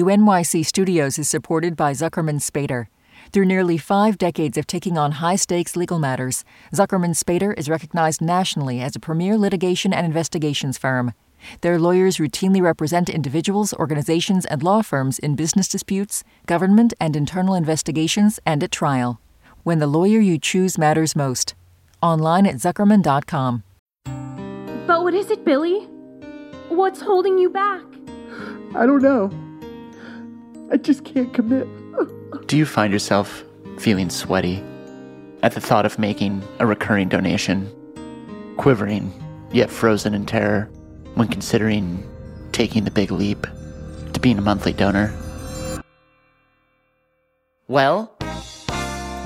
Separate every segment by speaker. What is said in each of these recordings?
Speaker 1: WNYC Studios is supported by Zuckerman Spader. Through nearly five decades of taking on high stakes legal matters, Zuckerman Spader is recognized nationally as a premier litigation and investigations firm. Their lawyers routinely represent individuals, organizations, and law firms in business disputes, government and internal investigations, and at trial. When the lawyer you choose matters most. Online at Zuckerman.com.
Speaker 2: But what is it, Billy? What's holding you back?
Speaker 3: I don't know. I just can't commit.
Speaker 4: Do you find yourself feeling sweaty at the thought of making a recurring donation, quivering yet frozen in terror when considering taking the big leap to being a monthly donor? Well,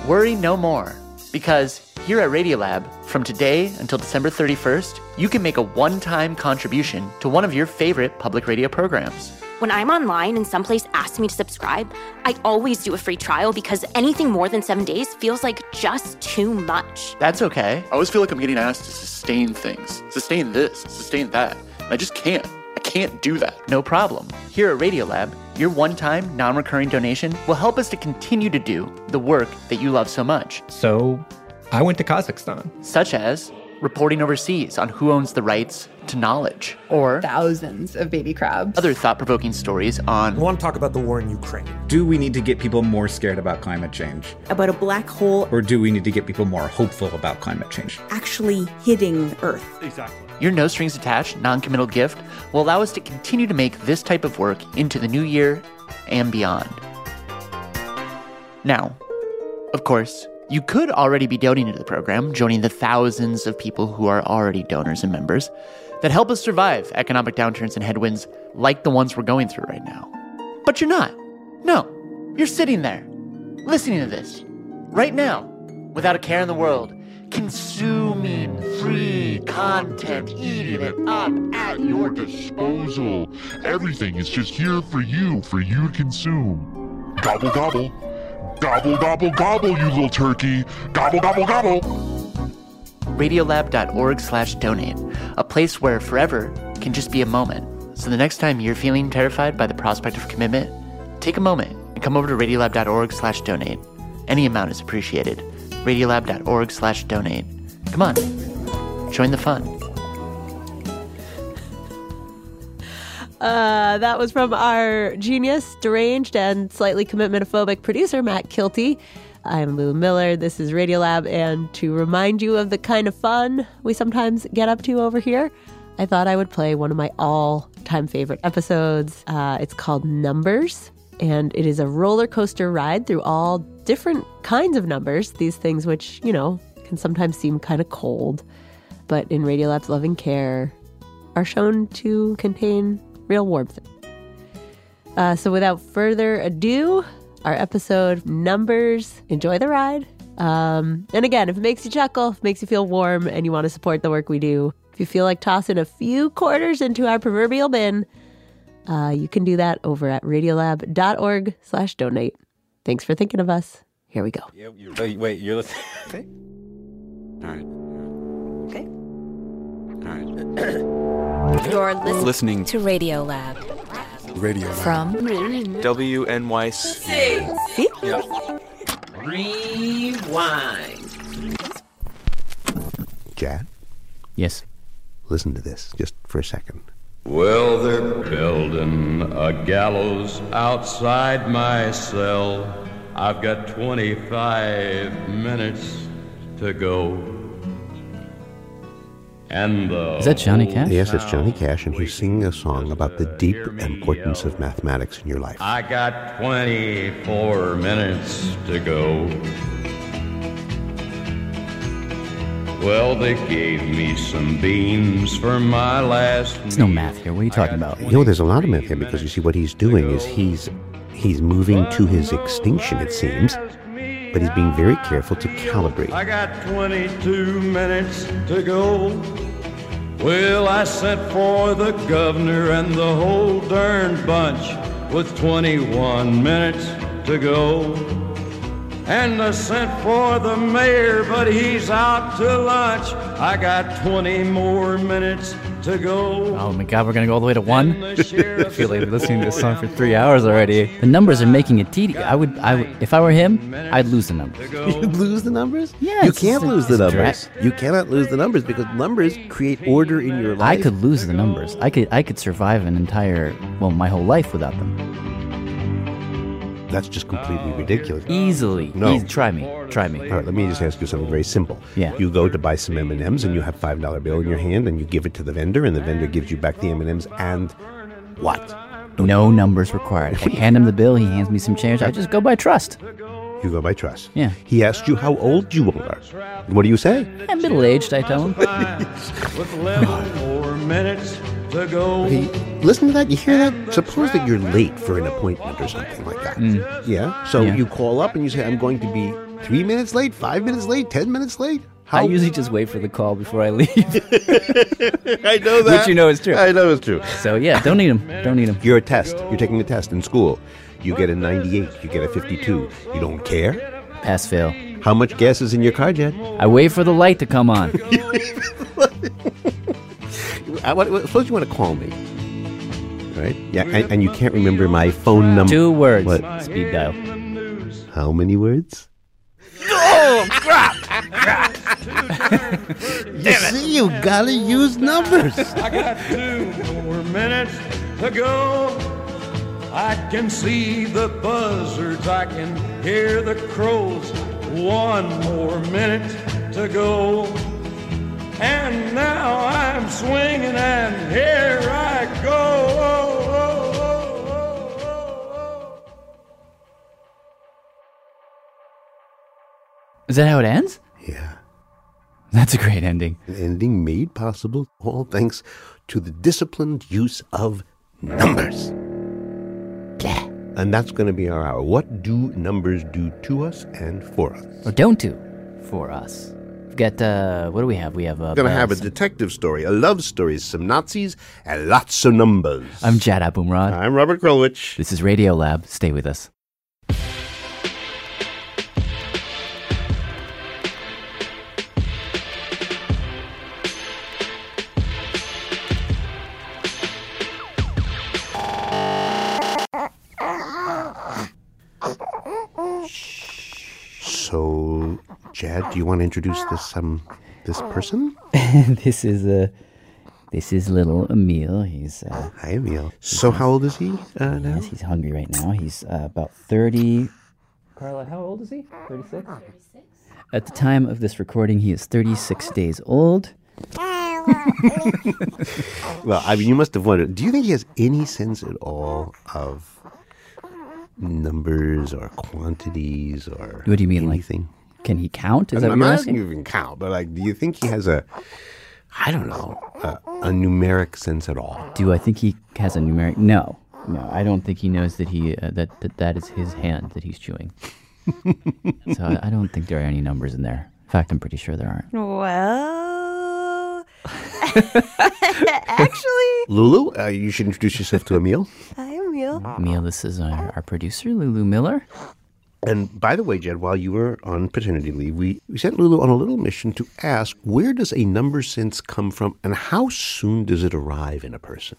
Speaker 4: worry no more because here at Radiolab, from today until December 31st, you can make a one time contribution to one of your favorite public radio programs.
Speaker 2: When I'm online and someplace asks me to subscribe, I always do a free trial because anything more than seven days feels like just too much.
Speaker 4: That's okay.
Speaker 5: I always feel like I'm getting asked to sustain things, sustain this, sustain that. And I just can't. I can't do that.
Speaker 4: No problem. Here at Radiolab, your one time, non recurring donation will help us to continue to do the work that you love so much.
Speaker 6: So I went to Kazakhstan.
Speaker 4: such as reporting overseas on who owns the rights to knowledge or
Speaker 7: Thousands of baby crabs.
Speaker 4: other thought provoking stories
Speaker 8: I
Speaker 4: on
Speaker 8: want to talk about the war in Ukraine.
Speaker 9: Do we need to get people more scared about climate change?
Speaker 10: about a black hole
Speaker 9: Or do we need to get people more hopeful about climate change?
Speaker 10: actually hitting Earth.
Speaker 8: Exactly.
Speaker 4: your no strings attached non committal gift will allow us to continue to make this type of work into the new year and beyond. Now, of course, you could already be donating to the program, joining the thousands of people who are already donors and members that help us survive economic downturns and headwinds like the ones we're going through right now. But you're not. No, you're sitting there, listening to this, right now, without a care in the world, consuming free content, eating it up at your disposal.
Speaker 11: Everything is just here for you, for you to consume. Gobble, gobble. Gobble, gobble, gobble, you little turkey. Gobble, gobble, gobble.
Speaker 4: radiolab.org slash donate, a place where forever can just be a moment. So the next time you're feeling terrified by the prospect of commitment, take a moment and come over to radiolab.org slash donate. Any amount is appreciated. radiolab.org slash donate. Come on, join the fun.
Speaker 12: Uh, that was from our genius, deranged, and slightly commitmentophobic producer, Matt Kilty. I'm Lou Miller. This is Radiolab. And to remind you of the kind of fun we sometimes get up to over here, I thought I would play one of my all time favorite episodes. Uh, it's called Numbers, and it is a roller coaster ride through all different kinds of numbers, these things which, you know, can sometimes seem kind of cold, but in Radiolab's loving care, are shown to contain real warmth. Uh, so, without further ado, our episode numbers. Enjoy the ride. Um, and again, if it makes you chuckle, if it makes you feel warm, and you want to support the work we do, if you feel like tossing a few quarters into our proverbial bin, uh, you can do that over at radiolab.org/donate. Thanks for thinking of us. Here we go.
Speaker 9: Yeah, you wait, wait, you're listening. All right.
Speaker 10: Okay.
Speaker 9: All right.
Speaker 2: You're listening
Speaker 8: Listening
Speaker 2: to Radio Lab.
Speaker 8: radio.
Speaker 1: From
Speaker 8: WNYC.
Speaker 11: Jan,
Speaker 4: Yes.
Speaker 11: listen to this just for a second.
Speaker 8: Well, they're building a gallows outside my cell. I've got 25 minutes to go. And the
Speaker 9: Is that Johnny Cash?
Speaker 11: Yes, it's Johnny Cash, and he's singing a song about the deep importance of mathematics in your life.
Speaker 8: I got 24 minutes to go. Well, they gave me some beans for my last.
Speaker 9: There's no math here. What are you talking about?
Speaker 11: You know, there's a lot of math here because you see what he's doing is he's he's moving to his extinction, it seems, but he's being very careful to calibrate.
Speaker 8: I got 22 minutes to go. Well, I sent for the governor and the whole darn bunch with 21 minutes to go. And I sent for the mayor, but he's out to lunch. I got 20 more minutes
Speaker 13: to go.
Speaker 14: Oh my god, we're gonna go all the way to one. I
Speaker 13: feel
Speaker 14: like listening to this song for three hours already. The numbers are making it tedious. I would, I would, if I were him, I'd lose the numbers.
Speaker 11: You lose the numbers?
Speaker 14: Yeah,
Speaker 11: You
Speaker 14: it's
Speaker 11: can't
Speaker 14: just a
Speaker 11: lose the
Speaker 14: dra-
Speaker 11: numbers. You cannot lose the numbers because numbers create order in your
Speaker 14: I
Speaker 11: life.
Speaker 14: could lose the numbers. I could, I could survive an entire, well, my whole life without them
Speaker 11: That's just completely ridiculous.
Speaker 14: easily.
Speaker 11: No.
Speaker 14: Eas- try me, try me.
Speaker 11: All right, let me just ask you something very simple.
Speaker 14: Yeah.
Speaker 11: You go to buy some M&Ms and you have $5 bill in your hand and you give it to the vendor and the vendor gives you back the M&Ms and what?
Speaker 14: No numbers required. I hand him the bill. He hands me some change. I just go by trust.
Speaker 11: You go by trust.
Speaker 14: Yeah.
Speaker 11: He asked you how old you are. What do you say?
Speaker 14: I'm middle aged. I tell him.
Speaker 13: With 11 more minutes to go.
Speaker 11: Hey, listen to that. You hear that? Suppose that you're late for an appointment or something like that. Yeah. So
Speaker 14: Mm. Yeah.
Speaker 11: you call up and you say, I'm going to be three minutes late, five minutes late, ten minutes late. How?
Speaker 14: I usually just wait for the call before I leave,
Speaker 11: I know
Speaker 14: which you know is true.
Speaker 11: I know it's true.
Speaker 14: So yeah, don't need him. Don't need him.
Speaker 11: You're a test. You're taking a test in school. You get a 98. You get a 52. You don't care.
Speaker 14: Pass fail.
Speaker 11: How much gas is in your car, Jed?
Speaker 14: I wait for the light to come on.
Speaker 11: I, Uh, what, what, suppose you want to call me. Right? Yeah. And, and you can't remember my phone number.
Speaker 14: Two words.
Speaker 11: What?
Speaker 14: Speed dial.
Speaker 11: How many words? You see, you gotta use numbers.
Speaker 13: I got two more minutes to go. I can see the buzzards, I can hear the crows. One more minute to go. And now I'm swinging, and here I go. Oh, oh, oh, oh, oh, oh.
Speaker 14: Is that how it ends?
Speaker 11: yeah.
Speaker 14: That's a great ending.
Speaker 11: An ending made possible all thanks to the disciplined use of numbers. Yeah. And that's going to be our hour. What do numbers do to us and for us?
Speaker 14: Or don't do for us. We've got uh, what do we have? We have uh,
Speaker 11: We're going to
Speaker 14: uh,
Speaker 11: have a
Speaker 14: some-
Speaker 11: detective story, a love story, some Nazis, and lots of numbers.
Speaker 14: I'm Jad Abumrad.
Speaker 11: I'm Robert Krulwich.
Speaker 14: This is Radio Lab. Stay with us.
Speaker 11: So, Jad, do you want to introduce this um this person?
Speaker 14: this is a this is little Emil. He's uh,
Speaker 11: Oh, Hi, Emil. So, how old is he uh, now?
Speaker 14: yes, he's hungry right now. He's uh, about thirty. Carla, how old is he? Thirty-six. At the time of this recording, he is thirty-six days old.
Speaker 11: Well, I mean, you must have wondered. Do you think he has any sense at all of numbers or quantities or
Speaker 14: What do you mean, like-
Speaker 11: anything?
Speaker 14: Can he count? Is that
Speaker 11: I'm, I'm
Speaker 14: what you're
Speaker 11: not
Speaker 14: asking?
Speaker 11: asking you even count, but like, do you think he has a, I don't know, a, a numeric sense at all?
Speaker 14: Do I think he has a numeric? No, no, I don't think he knows that he uh, that, that that is his hand that he's chewing. so I, I don't think there are any numbers in there. In fact, I'm pretty sure there aren't.
Speaker 15: Well, actually,
Speaker 11: Lulu, uh, you should introduce yourself to Emil.
Speaker 15: hi, Emil.
Speaker 14: Neil, this is our, our producer, Lulu Miller.
Speaker 11: And by the way, Jed, while you were on paternity leave, we, we sent Lulu on a little mission to ask where does a number sense come from and how soon does it arrive in a person?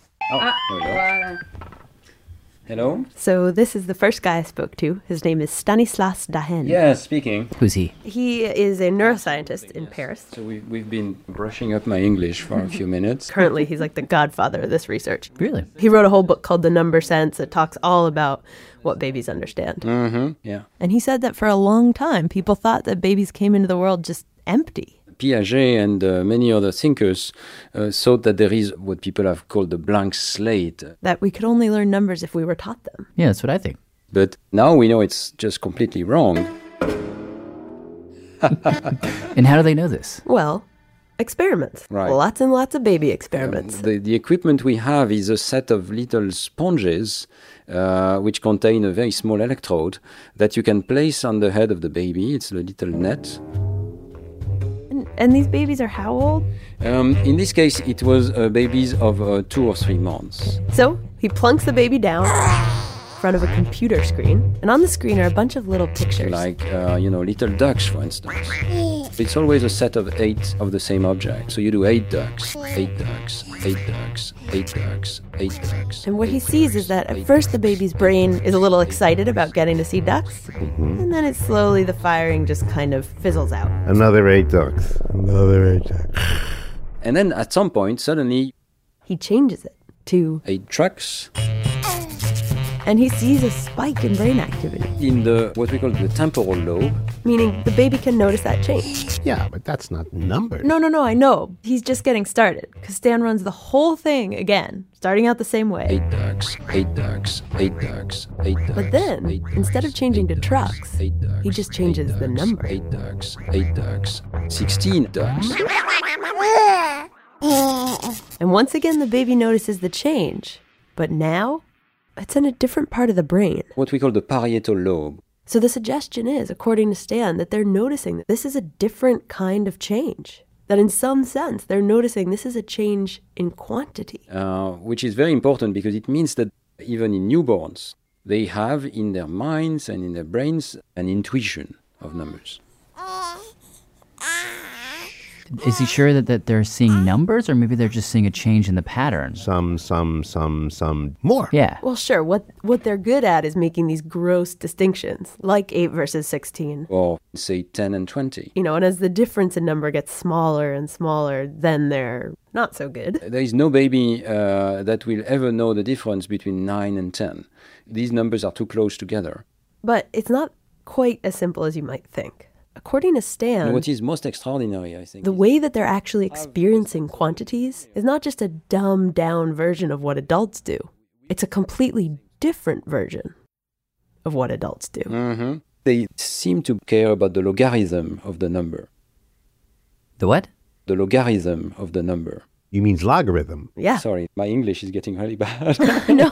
Speaker 16: Hello?
Speaker 12: So this is the first guy I spoke to. His name is Stanislas Dahen.
Speaker 16: Yeah, speaking.
Speaker 14: Who's he?
Speaker 12: He is a neuroscientist in Paris.
Speaker 16: So we, we've been brushing up my English for a few minutes.
Speaker 12: Currently, he's like the godfather of this research.
Speaker 14: Really?
Speaker 12: He wrote a whole book called The Number Sense that talks all about what babies understand.
Speaker 16: Mm-hmm. Yeah.
Speaker 12: And he said that for a long time, people thought that babies came into the world just empty.
Speaker 16: Piaget and uh, many other thinkers uh, thought that there is what people have called the blank slate.
Speaker 12: That we could only learn numbers if we were taught them.
Speaker 14: Yeah, that's what I think.
Speaker 16: But now we know it's just completely wrong.
Speaker 14: And how do they know this?
Speaker 12: Well, experiments.
Speaker 16: Right.
Speaker 12: Lots and lots of baby experiments.
Speaker 16: The, the equipment we have is a set of little sponges uh, which contain a very small electrode that you can place on the head of the baby. It's a little net.
Speaker 12: and, and these babies are how old?
Speaker 16: Um, in this case, it was uh, babies of uh, two or three months.
Speaker 12: So he plunks the baby down in front of a computer screen, and on the screen are a bunch of little pictures.
Speaker 16: Like, uh, you know, little ducks, for instance. It's always a set of eight of the same object. So you do eight ducks, eight ducks, eight ducks, eight ducks, eight ducks.
Speaker 12: And what he sees is that at first the baby's brain is a little excited about getting to see ducks,
Speaker 11: Mm-hmm.
Speaker 12: and then it slowly the firing just kind of fizzles out.
Speaker 11: Another eight ducks. Another eight ducks.
Speaker 16: And then at some point, suddenly,
Speaker 12: He changes it to
Speaker 16: eight trucks
Speaker 12: and he sees a spike in brain activity,
Speaker 16: in the what we call the temporal lobe.
Speaker 12: meaning the baby can notice that change.
Speaker 11: Yeah, but that's not numbered.
Speaker 12: No, no, no, I know. He's just getting started because Stan runs the whole thing again, starting out the same way.
Speaker 16: Eight ducks, eight ducks, eight ducks, eight ducks.
Speaker 12: But then, instead of changing to trucks, he just changes the number.
Speaker 16: Eight ducks, eight ducks, 16 ducks.
Speaker 12: And once again, the baby notices the change, but now it's in a different part of the brain.
Speaker 16: What we call the parietal lobe.
Speaker 12: So the suggestion is, according to Stan, that they're noticing that this is a different kind of change. That in some sense, they're noticing this is a change in quantity.
Speaker 16: uh, which is very important because it means that even in newborns, they have in their minds and in their brains an intuition of numbers.
Speaker 14: Is he sure that, that they're seeing numbers, or maybe they're just seeing a change in the pattern?
Speaker 11: Some, some, some, some more.
Speaker 14: Yeah.
Speaker 12: Well, sure, what, what they're good at is making these gross distinctions, like 8 versus 16.
Speaker 16: Or say 10 and 20.
Speaker 12: You know, and as the difference in number gets smaller and smaller, then they're not so good.
Speaker 16: There is no baby uh, that will ever know the difference between 9 and 10. These numbers are too close together.
Speaker 12: But it's not quite as simple as you might think. According to Stan,
Speaker 16: And what is most extraordinary, I think,
Speaker 12: The way that they're actually experiencing quantities is not just a dumbed down version of what adults do, it's a completely different version of what adults do.
Speaker 16: Mhm. they seem to care about the logarithm of the number.
Speaker 14: The what?
Speaker 16: The logarithm of the number.
Speaker 11: You means logarithm.
Speaker 12: Yeah.
Speaker 16: Sorry, my English is getting really bad.
Speaker 12: no,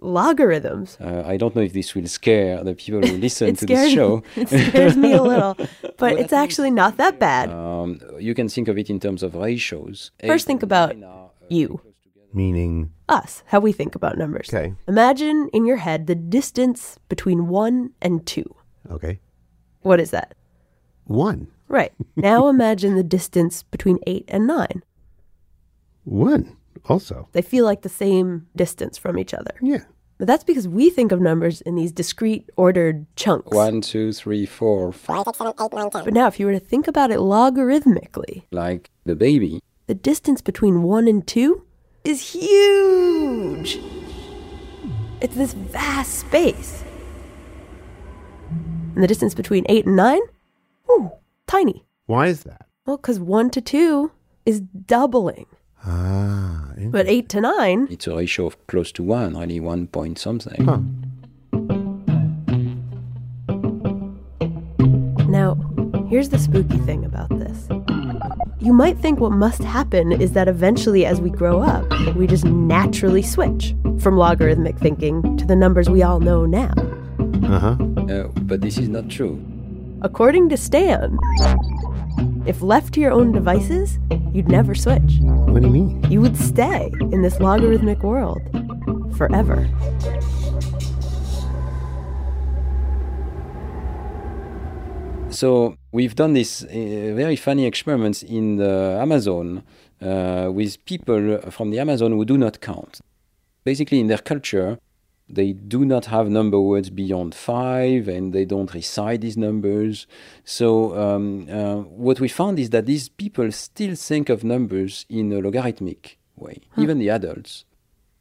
Speaker 12: logarithms.
Speaker 16: Uh, I don't know if this will scare the people who listen
Speaker 12: It
Speaker 16: to this
Speaker 12: scares,
Speaker 16: show.
Speaker 12: it scares me a little, but it's actually not that bad.
Speaker 16: Um, you can think of it in terms of ratios.
Speaker 12: First, think about you,
Speaker 11: Meaning,
Speaker 12: us, how we think about numbers.
Speaker 11: Okay.
Speaker 12: Imagine in your head the distance between one and two.
Speaker 11: okay,
Speaker 12: What is that?
Speaker 11: one.
Speaker 12: Right. Now imagine the distance between eight and nine.
Speaker 11: One also.
Speaker 12: They feel like the same distance from each other.
Speaker 11: Yeah.
Speaker 12: But that's because we think of numbers in these discrete, ordered chunks.
Speaker 16: One, two, three, four, five.
Speaker 12: But now, if you were to think about it logarithmically,
Speaker 16: Like the baby.
Speaker 12: the distance between one and two is huge. It's this vast space. And the distance between eight and nine? Ooh, tiny.
Speaker 11: Why is that?
Speaker 12: Well, because one to two is doubling,
Speaker 11: Ah.
Speaker 12: but eight to nine,
Speaker 16: It's a ratio of close to one, really one point something.
Speaker 12: Now, here's the spooky thing about this. You might think what must happen is that eventually, as we grow up, we just naturally switch from logarithmic thinking to the numbers we all know now.
Speaker 11: Uh huh.
Speaker 16: Uh, but this is not true.
Speaker 12: According to Stan, if left to your own devices, you'd never switch.
Speaker 11: What do you mean?
Speaker 12: You would stay in this logarithmic world forever.
Speaker 16: So we've done these uh, very funny experiments in the Amazon uh, with people from the Amazon who do not count. Basically, in their culture, they do not have number words beyond five and they don't recite these numbers. So, um, uh, what we found is that these people still think of numbers in a logarithmic way, even the adults.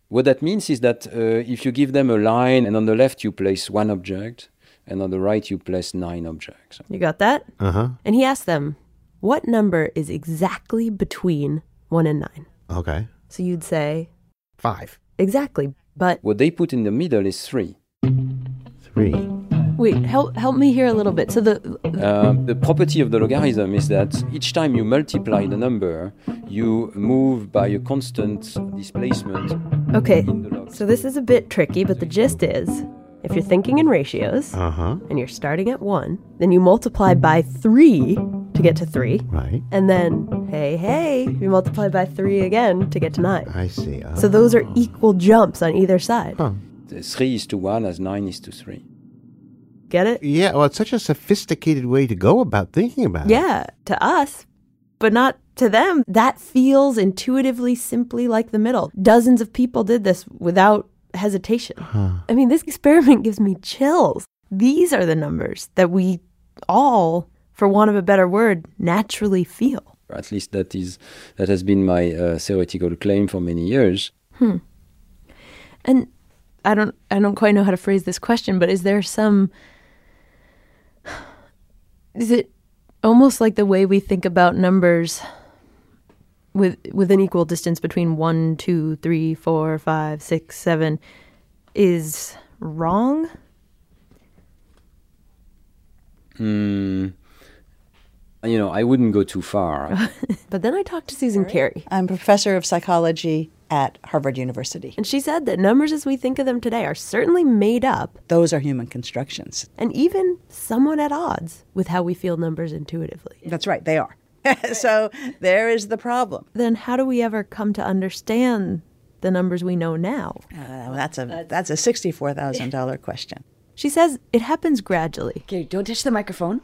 Speaker 16: What that means is that uh, if you give them a line and on the left you place one object and on the right you place nine objects.
Speaker 12: You got that?
Speaker 11: Uh huh.
Speaker 12: And he asked them, What number is exactly between 1 and 9?
Speaker 11: Okay.
Speaker 12: So you'd say,
Speaker 11: Five.
Speaker 12: Exactly, but
Speaker 16: What they put in the middle is three.
Speaker 11: Three.
Speaker 12: Wait, help help me here a little bit. So the
Speaker 16: Um, the property of the logarithm is that each time you multiply the number, you move by a constant displacement.
Speaker 12: okay, so this is a bit tricky, but the gist is, if you're thinking in ratios
Speaker 11: Uh huh.
Speaker 12: and you're starting at one, then you multiply by three to get to three,
Speaker 11: Right.
Speaker 12: and then hey hey, you multiply by three again to get to nine.
Speaker 11: I see. Uh,
Speaker 12: So those are equal jumps on either side.
Speaker 11: Huh.
Speaker 16: The Three is to one as nine is to three.
Speaker 17: Get it?
Speaker 11: Yeah, well, it's such a sophisticated way to go about thinking about it.
Speaker 12: Yeah, to us, but not to them. That feels intuitively simply like the middle. Dozens of people did this without hesitation.
Speaker 11: Huh.
Speaker 12: I mean, this experiment gives me chills. These are the numbers that we all, for want of a better word, naturally feel.
Speaker 16: Or At least that is that has been my uh, theoretical claim for many years.
Speaker 12: Hmm. And I don't I don't quite know how to phrase this question, but is there some is it almost like the way we think about numbers with with an equal distance between one, two, three, four, five, six, seven is wrong?
Speaker 16: Hmm. You know, I wouldn't go too far.
Speaker 12: But then I talked to Susan Carey.
Speaker 18: I'm professor of psychology at Harvard University.
Speaker 12: And she said that numbers as we think of them today are certainly made up
Speaker 18: Those are human constructions.
Speaker 12: and even somewhat at odds with how we feel numbers intuitively.
Speaker 18: That's right, they are. so there is the problem.
Speaker 12: Then how do we ever come to understand the numbers we know now?
Speaker 18: Uh, that's a that's a sixty-four thousand dollar question.
Speaker 12: She says it happens gradually.
Speaker 19: Okay, don't touch the microphone.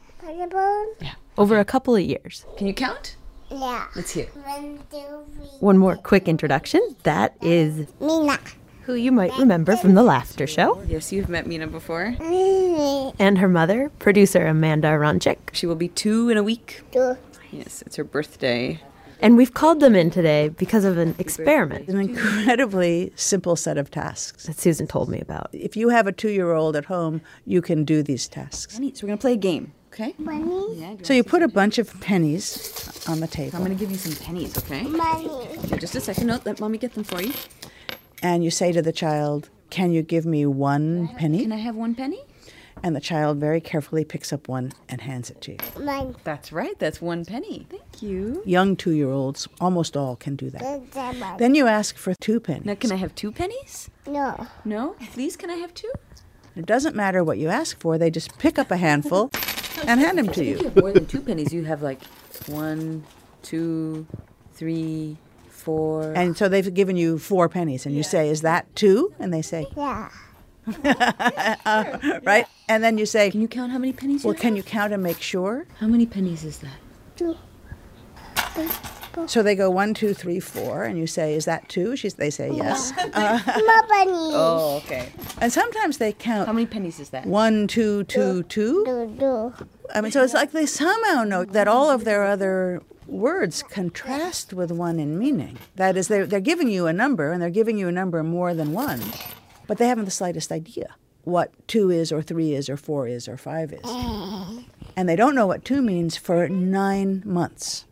Speaker 12: Yeah. Over a couple of years.
Speaker 19: Can you count?
Speaker 20: Yeah.
Speaker 19: Let's hear.
Speaker 20: One, two, three.
Speaker 12: One more quick introduction. That is
Speaker 20: Mina.
Speaker 12: who you might remember from the Laughter Show.
Speaker 19: Yes, you've met Mina before.
Speaker 12: And her mother, producer Amanda Ronchik.
Speaker 19: She will be two in a week.
Speaker 20: Two.
Speaker 19: Yes, it's her birthday.
Speaker 12: And we've called them in today because of an experiment
Speaker 18: An incredibly simple set of tasks.
Speaker 12: that Susan told me about.
Speaker 18: If you have a two-year-old at home, you can do these tasks.
Speaker 19: Honey, So we're gonna play a game. Okay.
Speaker 20: Money.
Speaker 19: Yeah. do
Speaker 18: So you put a bunch of pennies on the
Speaker 19: you- I'm
Speaker 18: table,
Speaker 19: gonna give you some pennies. Okay.
Speaker 20: Money.
Speaker 19: Okay, Just a second. No, let mommy get them for you.
Speaker 18: and you say to the child, "Can you give me one
Speaker 19: Can
Speaker 18: penny?"
Speaker 19: I have one penny?
Speaker 18: And the child very carefully picks up one and hands it to you.
Speaker 20: Money.
Speaker 19: That's right. That's one penny. Thank you.
Speaker 18: Young two-year-olds almost all can do that.
Speaker 20: Money.
Speaker 18: Then you ask for two pennies.
Speaker 19: Now, can I have two pennies?
Speaker 20: No.
Speaker 19: No. Please, can I have two?
Speaker 18: It doesn't matter what you ask for, they just pick up a handful and hand them to
Speaker 19: I think you
Speaker 18: you.
Speaker 19: have more than two pennies. You have like one, two, three, four.
Speaker 18: And so they've given you four pennies, and you say, Is that two? And they say, "Uh,"
Speaker 20: Yeah.
Speaker 18: Right? And then you say,
Speaker 19: can you count how many pennies?
Speaker 18: Well,
Speaker 19: you
Speaker 18: can you count and make sure?
Speaker 19: Have? How many pennies is that?
Speaker 20: Two. Three. Four.
Speaker 18: So they go one, two, three, four, and you say, Is that two? She's, they say, Yes.
Speaker 20: More bunnies.
Speaker 19: Uh, Oh, okay.
Speaker 18: And sometimes they
Speaker 19: How
Speaker 18: count
Speaker 19: many pennies is that?
Speaker 18: one, two, two, two.
Speaker 20: Do, do.
Speaker 18: I mean, so it's like they somehow know that all of their other words contrast with one in meaning. That is, they're, they're giving you a number, and they're giving you a number more than one, but they haven't the slightest idea what two is, or three is, or four is, or five is.
Speaker 20: Mm.
Speaker 18: And they don't know what two means for nine months.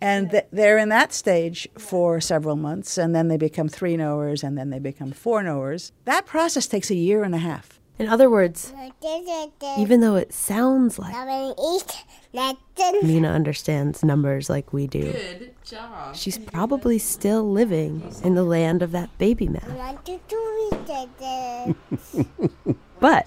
Speaker 18: And th- they're in that stage for several months, and then they become three knowers, and then they become four knowers. That process takes a year and a half.
Speaker 12: In other words,
Speaker 20: Even
Speaker 12: even though it sounds like
Speaker 20: Seven, eight, nothing.
Speaker 12: Mina understands numbers like we do. Good job. She's probably still living in the land of that baby math.
Speaker 20: One, two, three, four, five.
Speaker 12: But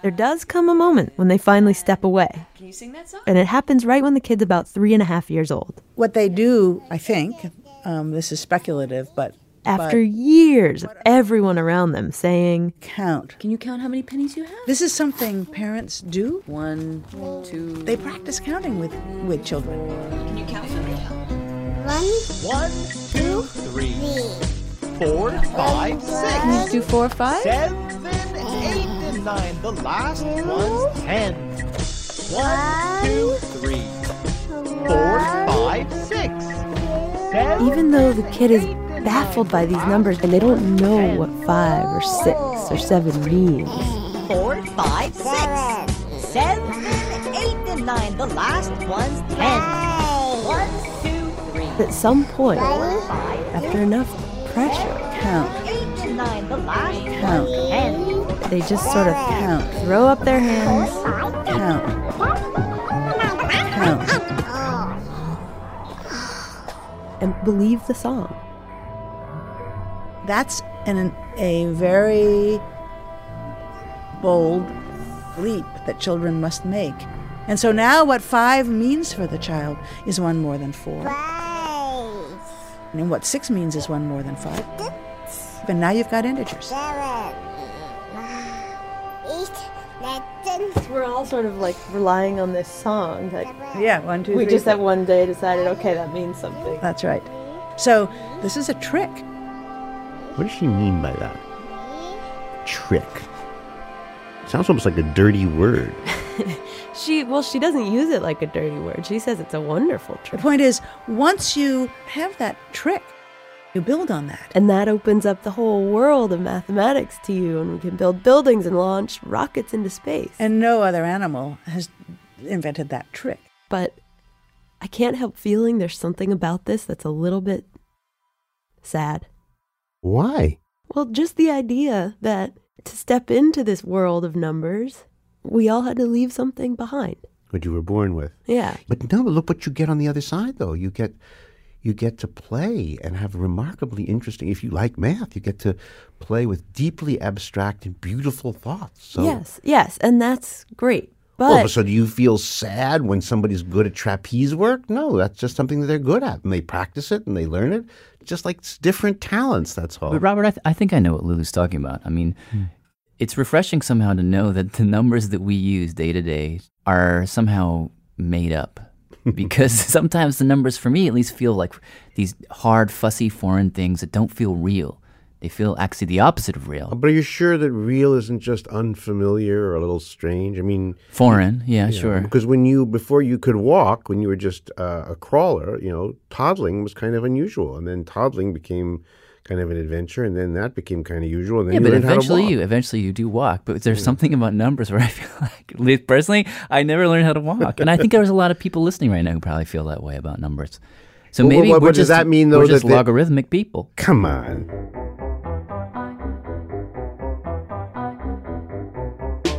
Speaker 12: there does come a moment when they finally step away.
Speaker 19: Can you sing that song?
Speaker 12: And it happens right when the kid's about three and a half years old.
Speaker 18: What they do, I think, um, this is speculative, but
Speaker 12: After years of everyone around them saying,
Speaker 18: but count.
Speaker 19: Can you count how many pennies you have?
Speaker 18: This is something parents do.
Speaker 19: One, two.
Speaker 18: They practice counting with, with children.
Speaker 19: Can you count?
Speaker 20: One,
Speaker 9: One, two, three,
Speaker 20: three.
Speaker 9: four, five, six,
Speaker 19: Two, four, five.
Speaker 9: seven, eight, and nine. The last one's ten. One, two, three, four, five, six, seven.
Speaker 12: even though the kid is baffled by these numbers and they don't know what five or six or seven means,
Speaker 9: four, five,
Speaker 20: Seven.
Speaker 9: six, seven, eight, and nine. The last one's ten. One, two, three,
Speaker 12: at some point,
Speaker 9: five,
Speaker 12: after enough pressure,
Speaker 18: Count,
Speaker 9: eight, and nine. The last
Speaker 18: Count.
Speaker 9: one's ten.
Speaker 12: they just sort of
Speaker 18: count,
Speaker 12: throw up their hands
Speaker 18: count, count.
Speaker 12: and believe the song.
Speaker 18: That's an, a very bold leap that children must make. And so now, what five means for the child is one more than four.
Speaker 20: Five.
Speaker 18: And what six means is one more than five. And now you've got integers.
Speaker 20: Seven. Eight.
Speaker 12: We're all sort of like relying on this song. Like,
Speaker 18: Yeah, one, two,
Speaker 12: We
Speaker 18: three,
Speaker 12: just
Speaker 18: four.
Speaker 12: that one day decided, okay, that means something.
Speaker 18: That's right. So this is a trick.
Speaker 11: What does she mean by that? Trick. Sounds almost like a dirty word.
Speaker 12: She well, she doesn't use it like a dirty word. She says it's a wonderful
Speaker 18: The
Speaker 12: trick.
Speaker 18: point is, once you have that trick, you build on that.
Speaker 12: And that opens up the whole world of mathematics to you, and we can build buildings and launch rockets into space.
Speaker 18: And no other animal has invented that trick.
Speaker 12: But I can't help feeling there's something about this that's a little bit sad.
Speaker 11: Why?
Speaker 12: Well, just the idea that to step into this world of numbers, we all had to leave something behind.
Speaker 11: What you were born with.
Speaker 12: Yeah.
Speaker 11: But no, look what you get on the other side, though. You get you get to play and have remarkably interesting. If you like math, you get to play with deeply abstract and beautiful thoughts. So,
Speaker 12: Yes, yes, and that's great. But
Speaker 11: Well, so do you feel sad when somebody's good at trapeze work? No, that's just something that they're good at, and they practice it and they learn it. Just like it's different talents, that's all.
Speaker 14: But Robert, I, th- I think I know what Lulu's talking about. I mean, it's refreshing somehow to know that the numbers that we use day to day are somehow made up. because sometimes the numbers, for me at least, feel like these hard, fussy, foreign things that don't feel real. They feel actually the opposite of real.
Speaker 21: But are you sure that real isn't just unfamiliar or a little strange? I mean,
Speaker 14: Foreign, yeah, sure.
Speaker 21: Because when you before you could walk, when you were just uh, a crawler, you know, toddling was kind of unusual, and then toddling became kind of an adventure, and then that became kind of usual, and then
Speaker 14: Yeah,
Speaker 21: you
Speaker 14: but
Speaker 21: learned
Speaker 14: eventually
Speaker 21: how to
Speaker 14: you
Speaker 21: walk.
Speaker 14: eventually you do walk. But there's something about numbers where I feel like, at least personally, I never learned how to walk, and I think there's a lot of people listening right now who probably feel that way about numbers. So
Speaker 21: Well,
Speaker 14: maybe
Speaker 21: well,
Speaker 14: we're
Speaker 21: but does
Speaker 14: just,
Speaker 21: that mean,
Speaker 14: we're
Speaker 21: though, that
Speaker 14: just
Speaker 21: the-
Speaker 14: logarithmic people?
Speaker 21: Come on.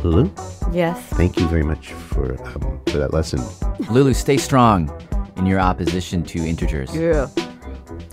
Speaker 11: Lulu,
Speaker 12: Yes.
Speaker 11: thank you very much for um, for that lesson.
Speaker 14: Lulu, stay strong in your opposition to integers.
Speaker 12: Yeah.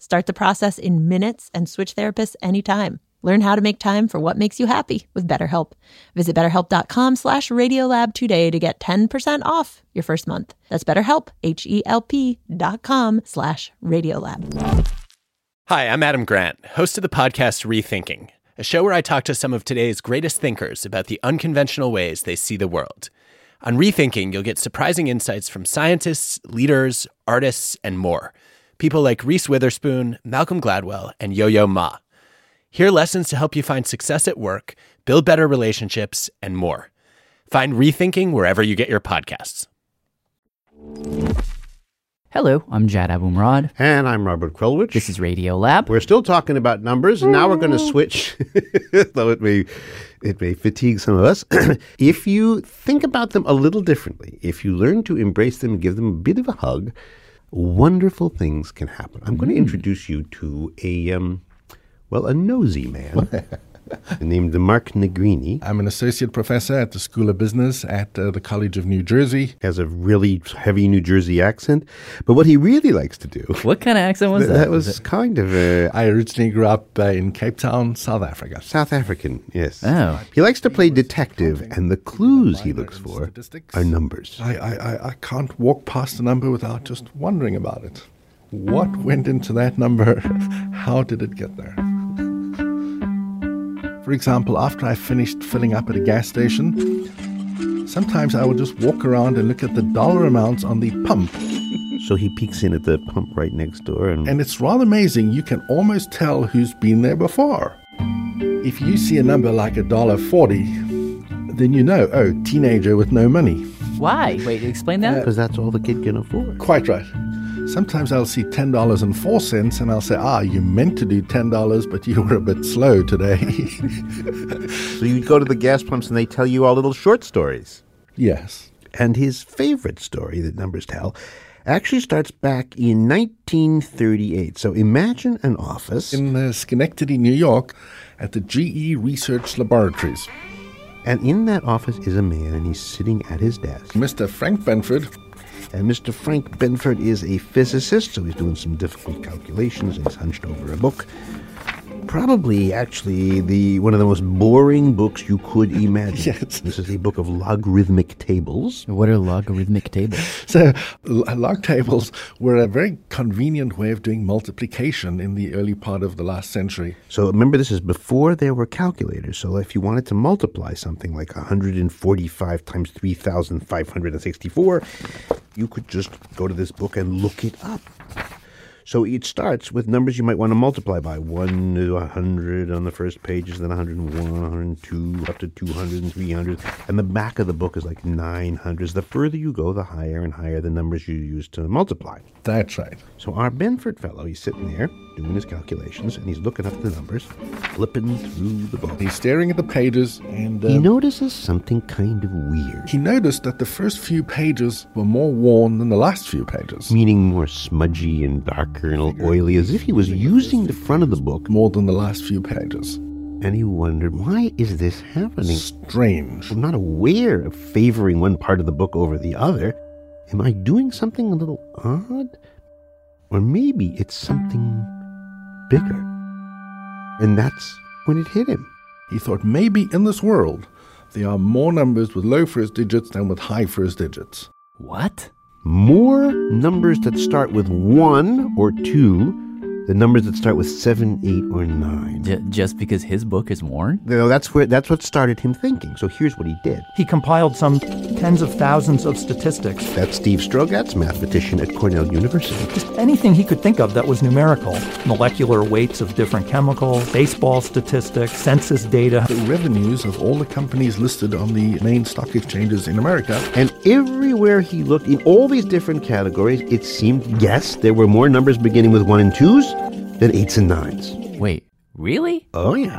Speaker 22: Start the process in minutes and switch therapists anytime. Learn how to make time for what makes you happy with BetterHelp. Visit betterhelp.com slash radiolab today to get 10% off your first month. That's betterhelp, H-E-L-P dot com slash radiolab.
Speaker 23: Hi, I'm Adam Grant, host of the podcast Rethinking, a show where I talk to some of today's greatest thinkers about the unconventional ways they see the world. On Rethinking, you'll get surprising insights from scientists, leaders, artists, and more. People like Reese Witherspoon, Malcolm Gladwell, and Yo Yo Ma. Hear lessons to help you find success at work, build better relationships, and more. Find Rethinking wherever you get your podcasts.
Speaker 14: Hello, I'm Jad Abumrad.
Speaker 21: And I'm Robert Krulwich.
Speaker 14: This is Radio Lab.
Speaker 21: We're still talking about numbers,
Speaker 11: and now we're going to switch, though it may it may fatigue some of us. if you think about them a little differently, if you learn to embrace them, give them a bit of a hug, wonderful things can happen. I'm
Speaker 14: Mm.
Speaker 11: going to introduce you to a um, well, a nosy man named Mark Negrini.
Speaker 24: I'm an associate professor at the School of Business at uh, the College of New Jersey.
Speaker 11: Has a really heavy New Jersey accent, but what he really likes to do.
Speaker 14: What kind of accent was
Speaker 11: Th-
Speaker 14: that?
Speaker 11: that was kind of a.
Speaker 24: I originally grew up uh, in Cape Town, South Africa.
Speaker 11: South African, yes. Oh. He likes to play detective, and the clues he looks for are numbers.
Speaker 24: I, I, I, I can't walk past a number without just wondering about it. What went into that number? How did it get there? For example, after I finished filling up at a gas station, sometimes I would just walk around and look at the dollar amounts on the pump.
Speaker 11: So he peeks in at the pump right next door and.
Speaker 24: And it's rather amazing. You can almost tell who's been there before. If you see a number like a dollar forty, then you know, oh, teenager with no money.
Speaker 14: Why? Wait, explain that.
Speaker 24: Because
Speaker 11: that's all the kid can afford.
Speaker 24: Uh, Quite right. Sometimes I'll see $10.04 and I'll say, ah, you meant to do $10, but you were a bit slow today.
Speaker 11: So you go to the gas pumps and they tell you all little short stories.
Speaker 24: Yes.
Speaker 11: And his favorite story that numbers tell actually starts back in 1938. So imagine an office
Speaker 24: in uh, Schenectady, New York, at the GE Research Laboratories.
Speaker 11: And in that office is a man and he's sitting at his desk.
Speaker 24: Mr. Frank Benford.
Speaker 11: And Mr. Frank Benford is a physicist, so he's doing some difficult calculations and he's hunched over a book. Probably, actually, the one of the most boring books you could imagine.
Speaker 24: Yes.
Speaker 11: This is a book of logarithmic tables.
Speaker 14: What are logarithmic tables?
Speaker 24: So, l- uh, log tables were a very convenient way of doing multiplication in the early part of the last century.
Speaker 11: So remember, this is before there were calculators. So if you wanted to multiply something like 145 times 3,564, you could just go to this book and look it up. So it starts with numbers you might want to multiply by 1 to 100 on the first pages, then 101, 102, up to 200 and 300. And the back of the book is like 900s. The further you go, the higher and higher the numbers you use to multiply.
Speaker 24: That's right.
Speaker 11: So our Benford fellow, he's sitting there doing his calculations and he's looking up the numbers, flipping through the book.
Speaker 24: He's staring at the pages and. um,
Speaker 11: He notices something kind of weird.
Speaker 24: He noticed that the first few pages were more worn than the last few pages.
Speaker 11: Meaning more smudgy and darker and a little oily, as if he was using the front of the book.
Speaker 24: More than the last few pages.
Speaker 11: And he wondered, why is this happening?
Speaker 24: Strange.
Speaker 11: I'm not aware of favoring one part of the book over the other. Am I doing something a little odd? Or maybe it's something bigger. And that's when it hit him.
Speaker 24: He thought maybe in this world there are more numbers with low first digits than with high first digits.
Speaker 14: What?
Speaker 11: More numbers that start with one or two than numbers that start with seven, eight, or nine.
Speaker 14: J- just because his book is worn?
Speaker 11: Now, that's where that's what started him thinking. So here's what he did.
Speaker 25: He compiled some tens of thousands of statistics,
Speaker 11: That's Steve Strogatz, mathematician at Cornell University.
Speaker 25: just anything he could think of that was numerical molecular weights of different chemicals, baseball statistics, census data.
Speaker 24: The revenues of all the companies listed on the main stock exchanges in America.
Speaker 11: And everywhere he looked, in all these different categories, it seemed yes, there were more numbers beginning with one and twos than eights and nines.
Speaker 14: Wait, really?
Speaker 11: Oh, yeah.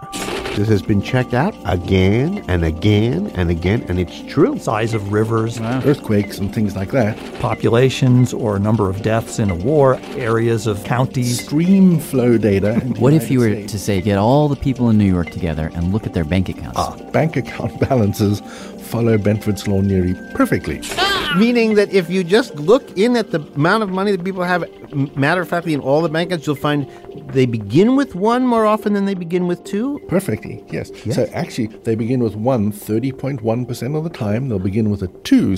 Speaker 11: This has been checked out again and again and again, and it's true.
Speaker 25: Size of rivers,
Speaker 24: Earthquakes and things like that.
Speaker 25: populations, or number of deaths in a war, areas of counties.
Speaker 24: Stream flow data. in the
Speaker 14: What if
Speaker 24: United
Speaker 14: you were
Speaker 24: States.
Speaker 14: to say, get all the people in New York together and look at their bank accounts?
Speaker 24: Ah, Bank account balances follow Benford's law nearly perfectly.
Speaker 11: Meaning that if you just look in at the amount of money that people have, m- matter of factly, in all the bank accounts, you'll find they begin with one more often than they begin with two.
Speaker 24: Perfectly, yes. So actually, they begin with one 30.1% of the time, they'll begin with a two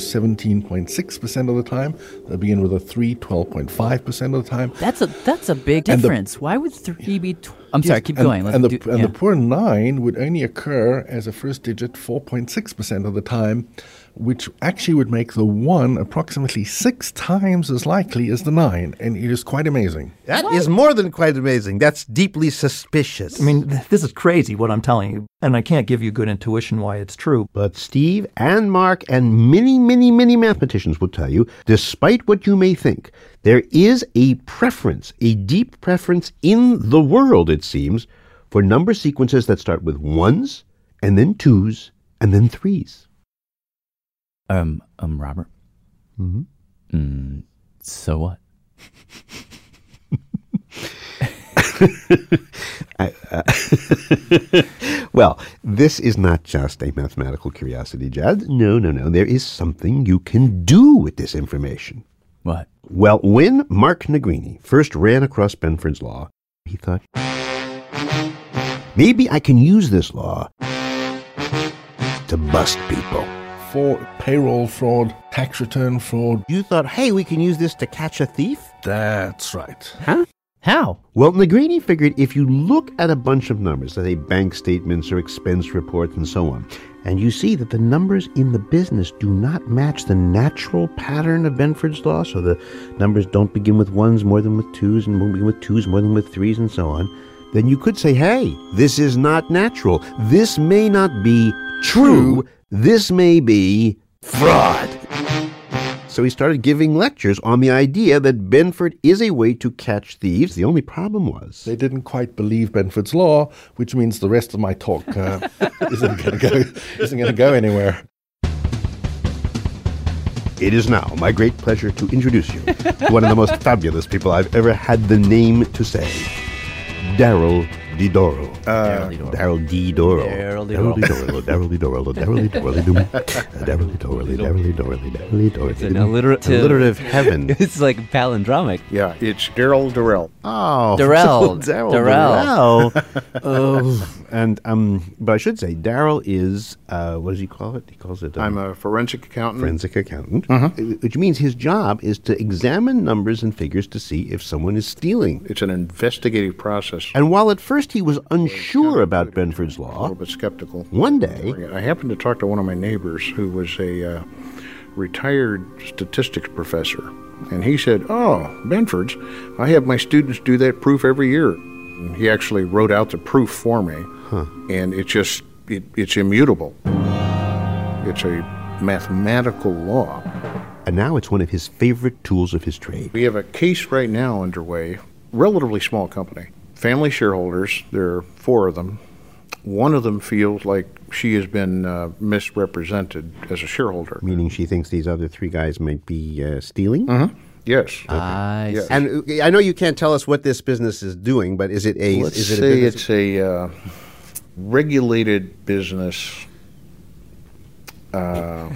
Speaker 24: 17.6% of the time, they'll begin with a three 12.5% of the time.
Speaker 14: That's a that's a big
Speaker 24: And the-
Speaker 14: difference. Why would three be? Tw- I'm sorry, keep
Speaker 24: and,
Speaker 14: going. Let's
Speaker 24: and, the,
Speaker 14: do-
Speaker 24: and
Speaker 14: yeah.
Speaker 24: the poor nine would only occur as a first digit 4.6% of the time, which actually would make the one approximately six times as likely as the nine. And it is quite amazing.
Speaker 11: That is more than quite amazing. That's deeply suspicious.
Speaker 25: I mean, th- this is crazy what I'm telling you, and I can't give you good intuition why it's true.
Speaker 11: But Steve and Mark and many, many, many mathematicians will tell you, despite what you may think, there is a preference, a deep preference in the world, it seems, for number sequences that start with ones and then twos and then threes.
Speaker 14: um um Robert.
Speaker 11: Mm-hmm.
Speaker 14: Mm, so what?
Speaker 11: I, uh, well, this is not just a mathematical curiosity, Jad. No, no, no. There is something you can do with this information.
Speaker 14: What?
Speaker 11: Well, when Mark Negrini first ran across Benford's law, he thought, maybe I can use this law to bust people.
Speaker 24: For payroll fraud, tax return fraud.
Speaker 11: You thought, hey, we can use this to catch a thief?
Speaker 24: That's right.
Speaker 11: Huh?
Speaker 14: How?
Speaker 11: Well, Negrini figured if you look at a bunch of numbers, let's say bank statements or expense reports and so on, and you see that the numbers in the business do not match the natural pattern of Benford's law, so the numbers don't begin with ones more than with twos and won't begin with twos more than with threes and so on, then you could say, hey, this is not natural. This may not be true. This may be fraud. So he started giving lectures on the idea that Benford is a way to catch thieves. The only problem was
Speaker 24: they didn't quite believe Benford's law, which means the rest of my talk uh, isn't going to go isn't going to go anywhere.
Speaker 11: It is now my great pleasure to introduce you to one of the most fabulous people I've ever had the name to say, Daryl Didoro. Uh, Daryl Didoro.
Speaker 21: Daryl
Speaker 11: Daryl
Speaker 21: Didoro.
Speaker 11: Didoro. Daryl Didoro. Daryl Didoro. Daryl Didoro. Daryl Didoro. Daryl Didoro.
Speaker 21: It's an alliterative,
Speaker 11: Alliterative heaven.
Speaker 21: it's like palindromic.
Speaker 11: Yeah, it's Daryl Durrell. Oh,
Speaker 21: Durrell.
Speaker 11: Daryl
Speaker 21: Durrell.
Speaker 11: Durrell. oh, and um, but I should say Daryl is uh, what does he call it? He calls it.
Speaker 21: I'm
Speaker 11: a forensic accountant. Forensic accountant, Uh, which means his job is to examine numbers and figures to see if someone is stealing. It's an investigative process. And while at first he was unsure about Benford's law, a little bit skeptical. One day,
Speaker 21: I happened to talk to one of my neighbors who was a uh, retired statistics professor, and he said, "Oh, Benford's, I have my students do that proof every year." And he actually wrote out the proof for me, and it just it, it's immutable.
Speaker 11: it's a mathematical law. And now it's one of his favorite tools of his trade.
Speaker 21: We have a case right now underway, relatively small company. Family shareholders, there are four of them. One of them feels like she has been uh, misrepresented as a shareholder.
Speaker 11: Meaning she thinks these other three guys might be uh, stealing.
Speaker 21: Yes.
Speaker 11: Yes.
Speaker 21: Yes.
Speaker 11: And uh, I know you can't tell us what this business is doing, but is it a?
Speaker 21: Let's
Speaker 11: is it a
Speaker 21: say
Speaker 11: business-
Speaker 21: it's a uh, regulated business. Uh,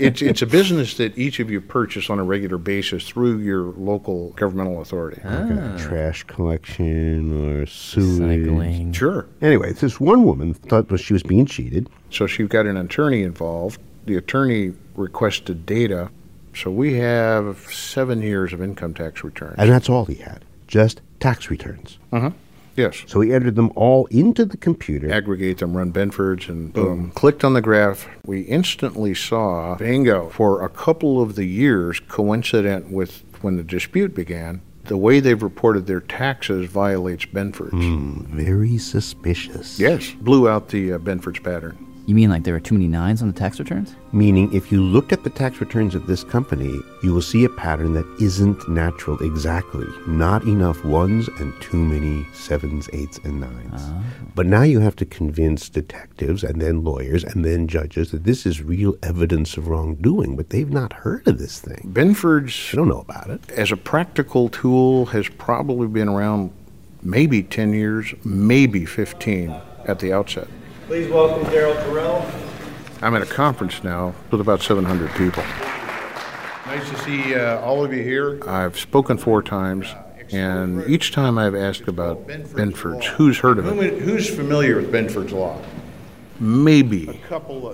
Speaker 21: it's it's a business that each of you purchase on a regular basis through your local governmental authority.
Speaker 11: like a trash collection or sewage.
Speaker 21: Sure.
Speaker 11: Anyway, this one woman thought was she was being cheated.
Speaker 21: So she got an attorney involved. The attorney requested data. So we have seven years of income tax returns.
Speaker 11: And that's all he had. Just tax returns.
Speaker 21: Uh-huh. Yes.
Speaker 11: So he entered them all into the computer.
Speaker 21: Aggregate them, run Benford's, and boom. Clicked on the graph. We instantly saw bingo for a couple of the years coincident with when the dispute began. The way they've reported their taxes violates Benford's.
Speaker 11: Hmm, very suspicious.
Speaker 21: Yes, blew out the uh, Benford's pattern.
Speaker 14: You mean like there are too many nines on the tax returns?
Speaker 11: Meaning, if you looked at the tax returns of this company, you will see a pattern that isn't natural exactly. Not enough ones and too many sevens, eights, and nines.
Speaker 14: Ah.
Speaker 11: But now you have to convince detectives and then lawyers and then judges that this is real evidence of wrongdoing, but they've not heard of this thing.
Speaker 21: Benford's,
Speaker 11: They don't know about it.
Speaker 21: as a practical tool, has probably been around maybe 10 years, maybe 15 at the outset.
Speaker 26: Please welcome Daryl Terrell.
Speaker 21: I'm at a conference now with about 700 people.
Speaker 26: Nice to see uh, all of you here.
Speaker 21: I've spoken four times, and each time I've asked about Benford's, who's heard of
Speaker 26: Whom-
Speaker 21: it?
Speaker 26: Who's familiar with Benford's Law?
Speaker 21: Maybe,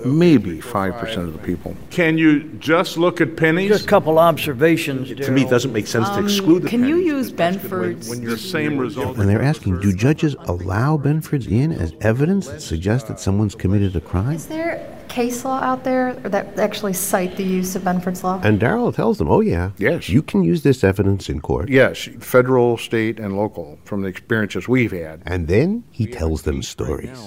Speaker 21: maybe 5% of the people.
Speaker 26: Can you just look at pennies? Just a couple observations,
Speaker 21: to me, it doesn't make sense to Um, exclude
Speaker 27: Can you use Benford's?
Speaker 26: When you're same result.
Speaker 11: And they're asking, do judges allow Benford's in as evidence that suggests that someone's committed a crime?
Speaker 28: Is there case law out there that actually cite the use of Benford's law?
Speaker 11: And Darrell tells them, oh, yeah. Yes. You can use this evidence in court.
Speaker 21: Yes, federal, state, and local, from the experiences we've had.
Speaker 11: And then he tells them stories.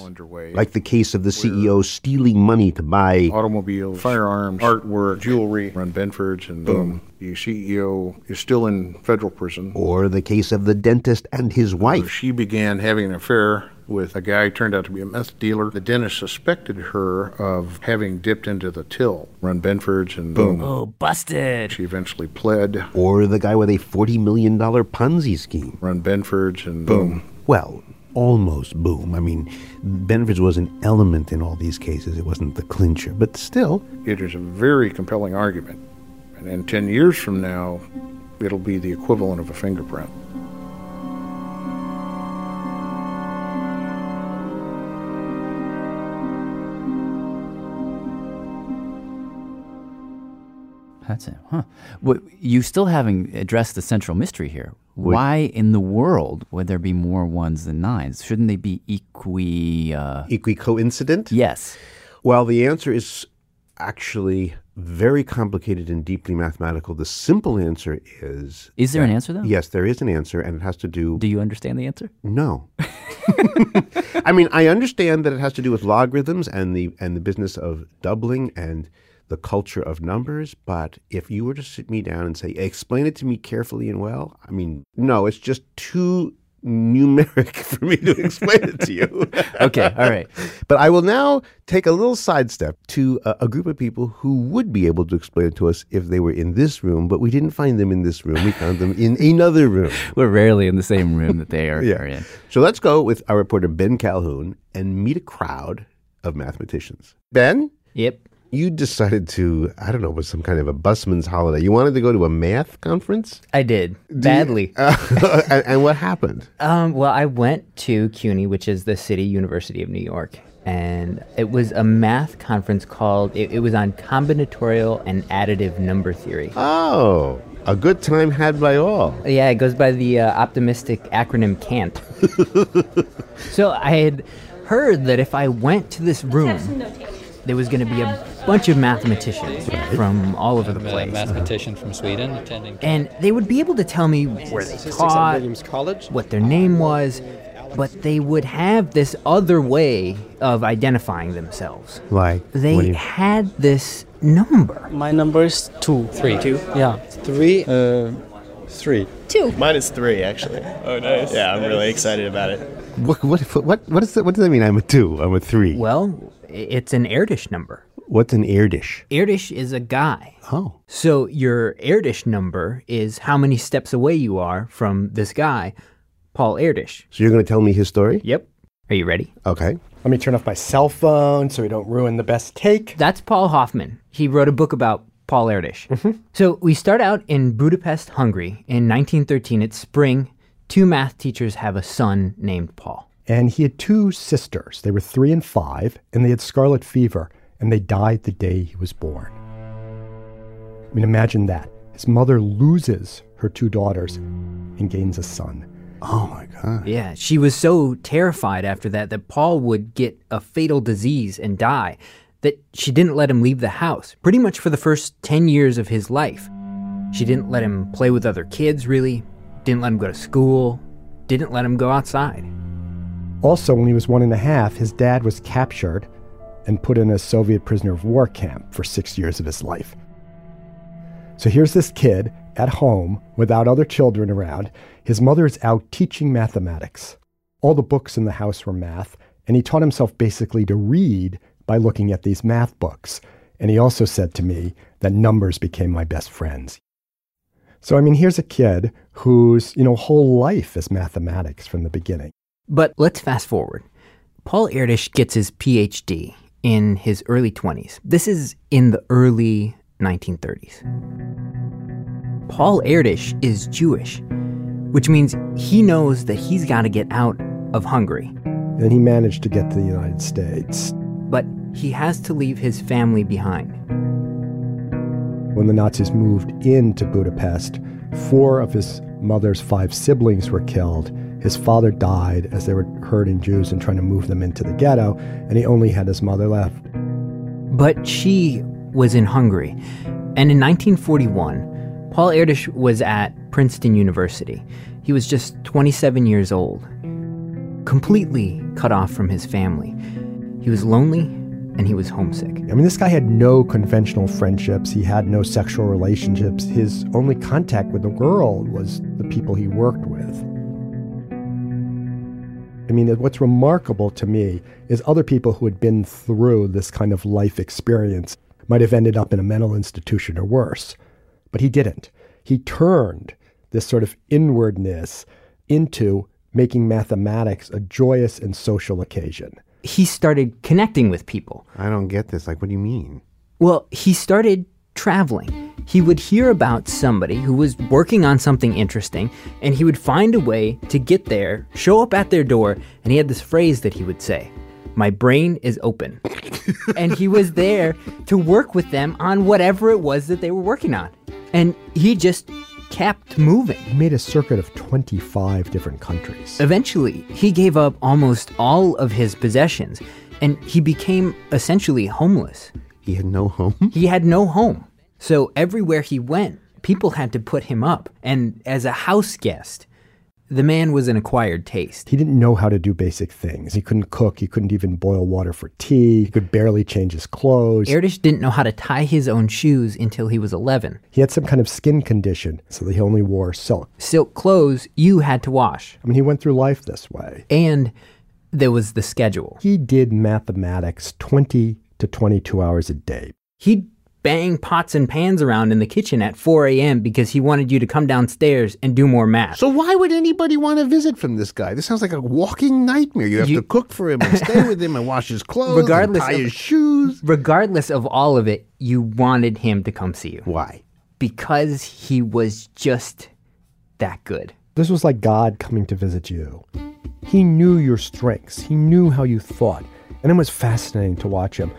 Speaker 11: Like the case of the CEO stealing money to buy.
Speaker 21: Automobiles, firearms, artwork, jewelry, run Benford's, and boom, the CEO is still in federal prison.
Speaker 11: Or the case of the dentist and his wife.
Speaker 21: She began having an affair with a guy who turned out to be a meth dealer. The dentist suspected her of having dipped into the till. Run Benford's and boom.
Speaker 14: Oh, busted.
Speaker 21: She eventually pled.
Speaker 11: Or the guy with a $40 million Ponzi scheme.
Speaker 21: Run Benford's and boom.
Speaker 11: Well, almost boom. I mean, Benford's was an element in all these cases. It wasn't the clincher. But still,
Speaker 21: It is a very compelling argument. And, and 10 years from now, it'll be the equivalent of a fingerprint.
Speaker 14: That's it, huh? Well, you still haven't addressed the central mystery here. Why in the world would there be more ones than nines? Shouldn't they be equi? Uh,
Speaker 11: equi coincident?
Speaker 14: Yes.
Speaker 11: Well, the answer is actually very complicated and deeply mathematical. The simple answer is.
Speaker 14: Is there an answer, though?
Speaker 11: Yes, there is an answer, and it has to do.
Speaker 14: Do you understand the answer?
Speaker 11: No. I mean, I understand that it has to do with logarithms and the and the business of doubling and the culture of numbers. But if you were to sit me down and say, explain it to me carefully and well, I mean, no, it's just too numeric for me to explain it to you.
Speaker 14: Okay, all right.
Speaker 11: But I will now take a little sidestep to a, a group of people who would be able to explain it to us if they were in this room, but we didn't find them in this room. We found them in another room.
Speaker 14: We're rarely in the same room that they are, are in.
Speaker 11: So let's go with our reporter Ben Calhoun and meet a crowd of mathematicians. Ben?
Speaker 14: Yep.
Speaker 11: You decided to, I don't know, was some kind of a busman's holiday. You wanted to go to a math conference?
Speaker 7: I did.
Speaker 11: Do you-
Speaker 7: badly.
Speaker 11: and, and what happened?
Speaker 7: Um, well, I went to CUNY, which is the City University of New York, and it was a math conference called, it, it was on combinatorial and additive number theory.
Speaker 11: Oh, a good time had by all.
Speaker 7: Yeah, it goes by the uh, optimistic acronym CANT. so I had heard that if I went to this room, there was going to be a bunch of mathematicians from all over the
Speaker 2: I'm a
Speaker 7: place.
Speaker 2: mathematician from Sweden attending.
Speaker 7: and they would be able to tell me where they
Speaker 2: Statistics at
Speaker 7: taught,
Speaker 2: Williams College.
Speaker 7: what their name was, but they would have this other way of identifying themselves.
Speaker 11: Like,
Speaker 7: They
Speaker 4: what do you-
Speaker 7: had this number.
Speaker 4: My number is two.
Speaker 7: Three.
Speaker 4: Two.
Speaker 7: Yeah.
Speaker 4: Three. Uh, three.
Speaker 29: Two. Mine is three, actually. Oh, nice. Yeah, I'm really excited about it.
Speaker 11: What, what, what, what, is that, what does that mean? I'm a two, I'm a three.
Speaker 7: Well, i- it's an Erdős number.
Speaker 11: What's an air dish?
Speaker 7: Erdős is a guy.
Speaker 11: Oh.
Speaker 7: So your Erdős number is how many steps away you are from this guy, Paul Erdős.
Speaker 11: So you're going to tell me his story?
Speaker 7: Yep. Are you ready?
Speaker 11: Okay.
Speaker 29: Let me turn off my cell phone so we don't ruin the best take.
Speaker 7: That's Paul Hoffman. He wrote a book about Paul Erdős.
Speaker 29: Mm-hmm.
Speaker 7: So we start out in Budapest, Hungary in 1913. It's spring. Two math teachers have a son named Paul.
Speaker 29: And he had two sisters. They were three and five, and they had scarlet fever, and they died the day he was born. I mean, imagine that. His mother loses her two daughters and gains a son.
Speaker 11: Oh my God.
Speaker 7: Yeah, she was so terrified after that that Paul would get a fatal disease and die that she didn't let him leave the house pretty much for the first 10 years of his life. She didn't let him play with other kids, really, didn't let him go to school, didn't let him go outside.
Speaker 29: Also, when he was one and a half, his dad was captured and put in a Soviet prisoner of war camp for six years of his life. So here's this kid at home without other children around. His mother is out teaching mathematics. All the books in the house were math, and he taught himself basically to read by looking at these math books. And he also said to me that numbers became my best friends. So, I mean, here's a kid whose, you know, whole life is mathematics from the beginning.
Speaker 7: But let's fast forward. Paul Erdős gets his PhD in his early 20s. This is in the early 1930s. Paul Erdős is Jewish, which means he knows that he's got to get out of Hungary,
Speaker 29: And he managed to get to the United States.
Speaker 7: but he has to leave his family behind.
Speaker 29: When the Nazis moved into Budapest, four of his mother's five siblings were killed. His father died as they were herding Jews and trying to move them into the ghetto, and he only had his mother left.
Speaker 7: But she was in Hungary. And in 1941, Paul Erdős was at Princeton University. He was just 27 years old, completely cut off from his family. He was lonely and he was homesick.
Speaker 29: I mean, this guy had no conventional friendships, he had no sexual relationships. His only contact with the world was the people he worked with. I mean, what's remarkable to me is other people who had been through this kind of life experience might have ended up in a mental institution or worse. But he didn't. He turned this sort of inwardness into making mathematics a joyous and social occasion.
Speaker 7: He started connecting with people.
Speaker 11: I don't get this. Like, what do you mean?
Speaker 7: Well, he started traveling. He would hear about somebody who was working on something interesting, and he would find a way to get there, show up at their door, and he had this phrase that he would say My brain is open. and he was there to work with them on whatever it was that they were working on. And he just kept moving.
Speaker 29: He made a circuit of 25 different countries.
Speaker 7: Eventually, he gave up almost all of his possessions, and he became essentially homeless.
Speaker 11: He had no
Speaker 29: Hmm?
Speaker 11: home?
Speaker 7: He had no home. So everywhere he went, people had to put him up. And as a house guest, The man was an acquired taste.
Speaker 29: He didn't know how to do basic things. He couldn't cook. He couldn't even boil water for tea. He could barely change his clothes.
Speaker 7: Erdős didn't know how to tie his own shoes until he was 11.
Speaker 29: He had some kind of skin condition, so that he only wore silk.
Speaker 7: Silk clothes you had to wash.
Speaker 29: I mean, he went through life this way.
Speaker 7: And there was the schedule.
Speaker 29: He did mathematics 20 to 22 hours a day.
Speaker 7: He'd bang pots and pans around in the kitchen at 4 a.m. because he wanted you to come downstairs and do more math.
Speaker 11: So why would anybody want to visit from this guy? This sounds like a walking nightmare. You have
Speaker 7: You-
Speaker 11: to cook for him and stay with him and wash his clothes, and
Speaker 7: regardless
Speaker 11: tie
Speaker 7: of,
Speaker 11: his shoes.
Speaker 7: Regardless of all of it, you wanted him to come see you.
Speaker 11: Why?
Speaker 7: Because he was just that good.
Speaker 29: This was like God coming to visit you. He knew your strengths, he knew how you thought, and it was fascinating to watch him.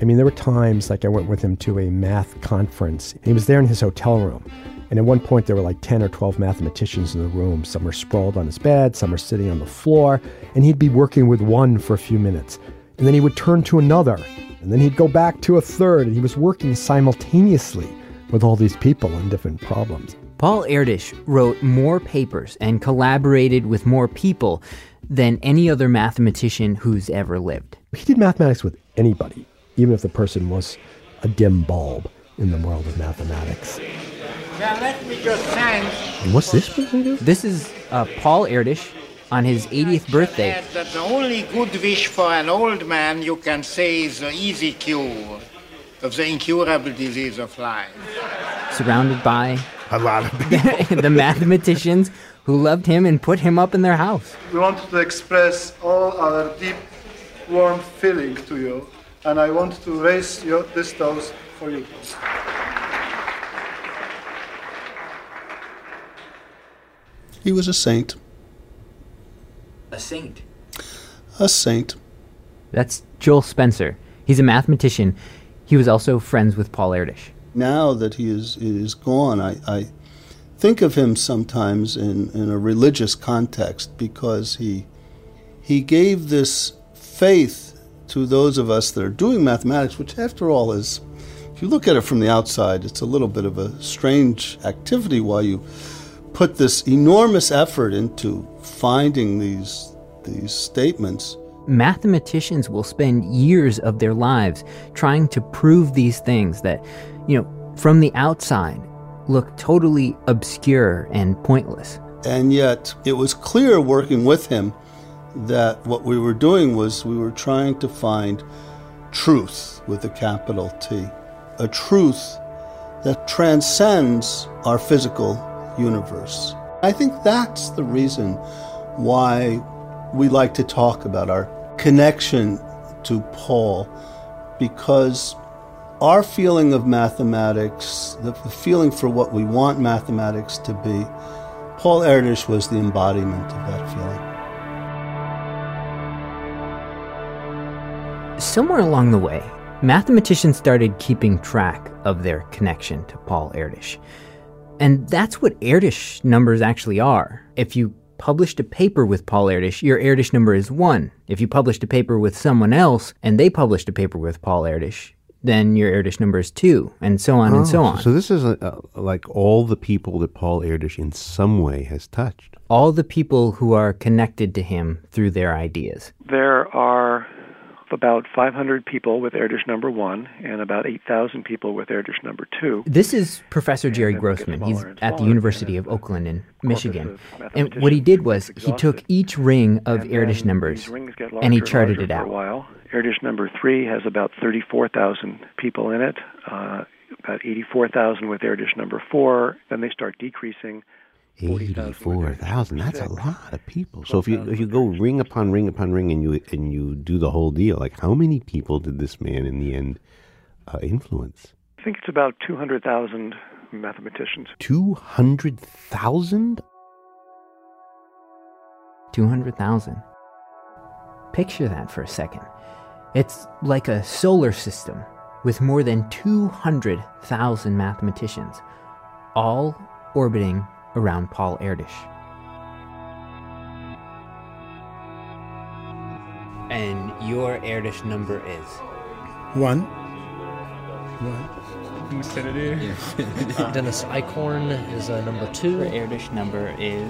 Speaker 29: I mean, there were times like I went with him to a math conference, and he was there in his hotel room. And at one point, there were like 10 or 12 mathematicians in the room. Some were sprawled on his bed, some were sitting on the floor, and he'd be working with one for a few minutes. And then he would turn to another, and then he'd go back to a third, and he was working simultaneously with all these people on different problems.
Speaker 7: Paul Erdős wrote more papers and collaborated with more people than any other mathematician who's ever lived.
Speaker 29: he did mathematics with anybody, even if the person was a dim bulb in the world of mathematics.
Speaker 13: Now let me just thank
Speaker 29: And what's this person do?
Speaker 7: This is uh, Paul Erdős on his 80th birthday.
Speaker 13: that that the only good wish for an old man you can say is the easy cure of the incurable disease of life.
Speaker 7: surrounded by a lot of people. the mathematicians who loved him and put him up in their house.
Speaker 16: We want to express all our deep, warm feeling to you, and I want to raise your, this toast for you.
Speaker 15: He was a saint.
Speaker 7: A saint.
Speaker 15: A saint.
Speaker 7: That's Joel Spencer. He's a mathematician. He was also friends with Paul Erdős.
Speaker 15: Now that he is, is gone, I, I think of him sometimes in, in a religious context because he, he gave this faith to those of us that are doing mathematics, which, after all, is, if you look at it from the outside, it's a little bit of a strange activity while you put this enormous effort into finding these, these statements.
Speaker 7: Mathematicians will spend years of their lives trying to prove these things that, you know, from the outside look totally obscure and pointless.
Speaker 15: And yet, it was clear working with him that what we were doing was we were trying to find truth with a capital T, a truth that transcends our physical universe. I think that's the reason why we like to talk about our connection to Paul, because our feeling of mathematics, the the feeling for what we want mathematics to be, Paul Erdős was the embodiment of that feeling.
Speaker 7: Somewhere along the way, mathematicians started keeping track of their connection to Paul Erdős. And that's what Erdős numbers actually are. If you published a paper with Paul Erdős, your Erdős number is 1. If you published a paper with someone else and they published a paper with Paul Erdős, then your Erdős number is 2, and so on
Speaker 11: Oh,
Speaker 7: and so on.
Speaker 11: So this is uh uh like all the people that Paul Erdős in some way has touched.
Speaker 7: All the people who are connected to him through their ideas.
Speaker 30: There are about 500 people with Erdős number one and about 8,000 people with Erdős number two.
Speaker 7: This is Professor Jerry Grossman. He's at the University of Oakland in Michigan. And what he did was he took each ring of Erdős numbers
Speaker 30: These rings get larger
Speaker 7: and he charted
Speaker 30: larger
Speaker 7: it
Speaker 30: for a
Speaker 7: out.
Speaker 30: while. Erdős number three has about 34,000 people in it, uh, about 84,000 with Erdős number four. Then they start decreasing.
Speaker 11: 84,000. That's a lot of people. So if you if you go ring upon ring upon ring and you and you do the whole deal, like how many people did this man in the end uh, influence?
Speaker 30: I think it's about 200,000 mathematicians.
Speaker 11: 200,000?
Speaker 7: 200,000. Picture that for a second. It's like a solar system with more than 200,000 mathematicians, all orbiting around Paul Erdős. And your Erdős number is?
Speaker 15: One.
Speaker 31: Dennis Eichhorn is uh, number two.
Speaker 7: Erdős number is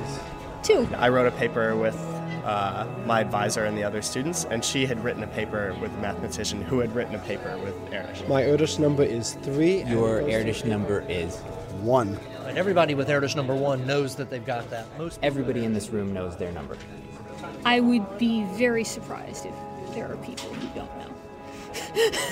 Speaker 18: two.
Speaker 32: I wrote a paper with uh, my advisor and the other students, and she had written a paper with a mathematician who had written a paper with Erdős.
Speaker 4: My Erdős number is three.
Speaker 7: Your Erdős number is
Speaker 15: one.
Speaker 9: And everybody with Erdős number one knows that they've got that. Most
Speaker 7: Everybody in this room knows their number.
Speaker 27: I would be very surprised if there are people who don't know.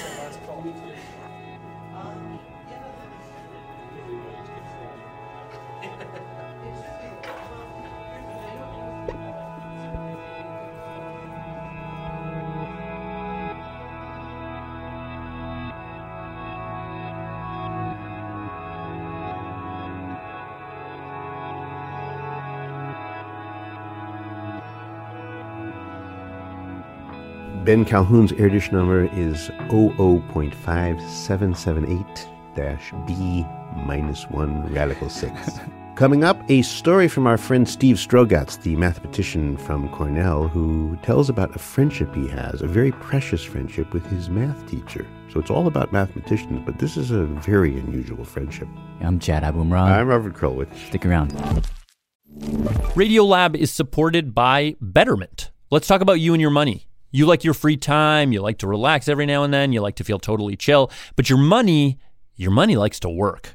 Speaker 11: Ben Calhoun's Erdős number is 00.5778-B minus 1 radical 6. Coming up, a story from our friend Steve Strogatz, the mathematician from Cornell, who tells about a friendship he has, a very precious friendship with his math teacher. So it's all about mathematicians, but this is a very unusual friendship.
Speaker 14: I'm Chad Abumrad.
Speaker 11: I'm Robert Krulwich.
Speaker 14: Stick around.
Speaker 33: Radiolab is supported by Betterment. Let's talk about you and your money. You like your free time, you like to relax every now and then, you like to feel totally chill, but your money, your money likes to work.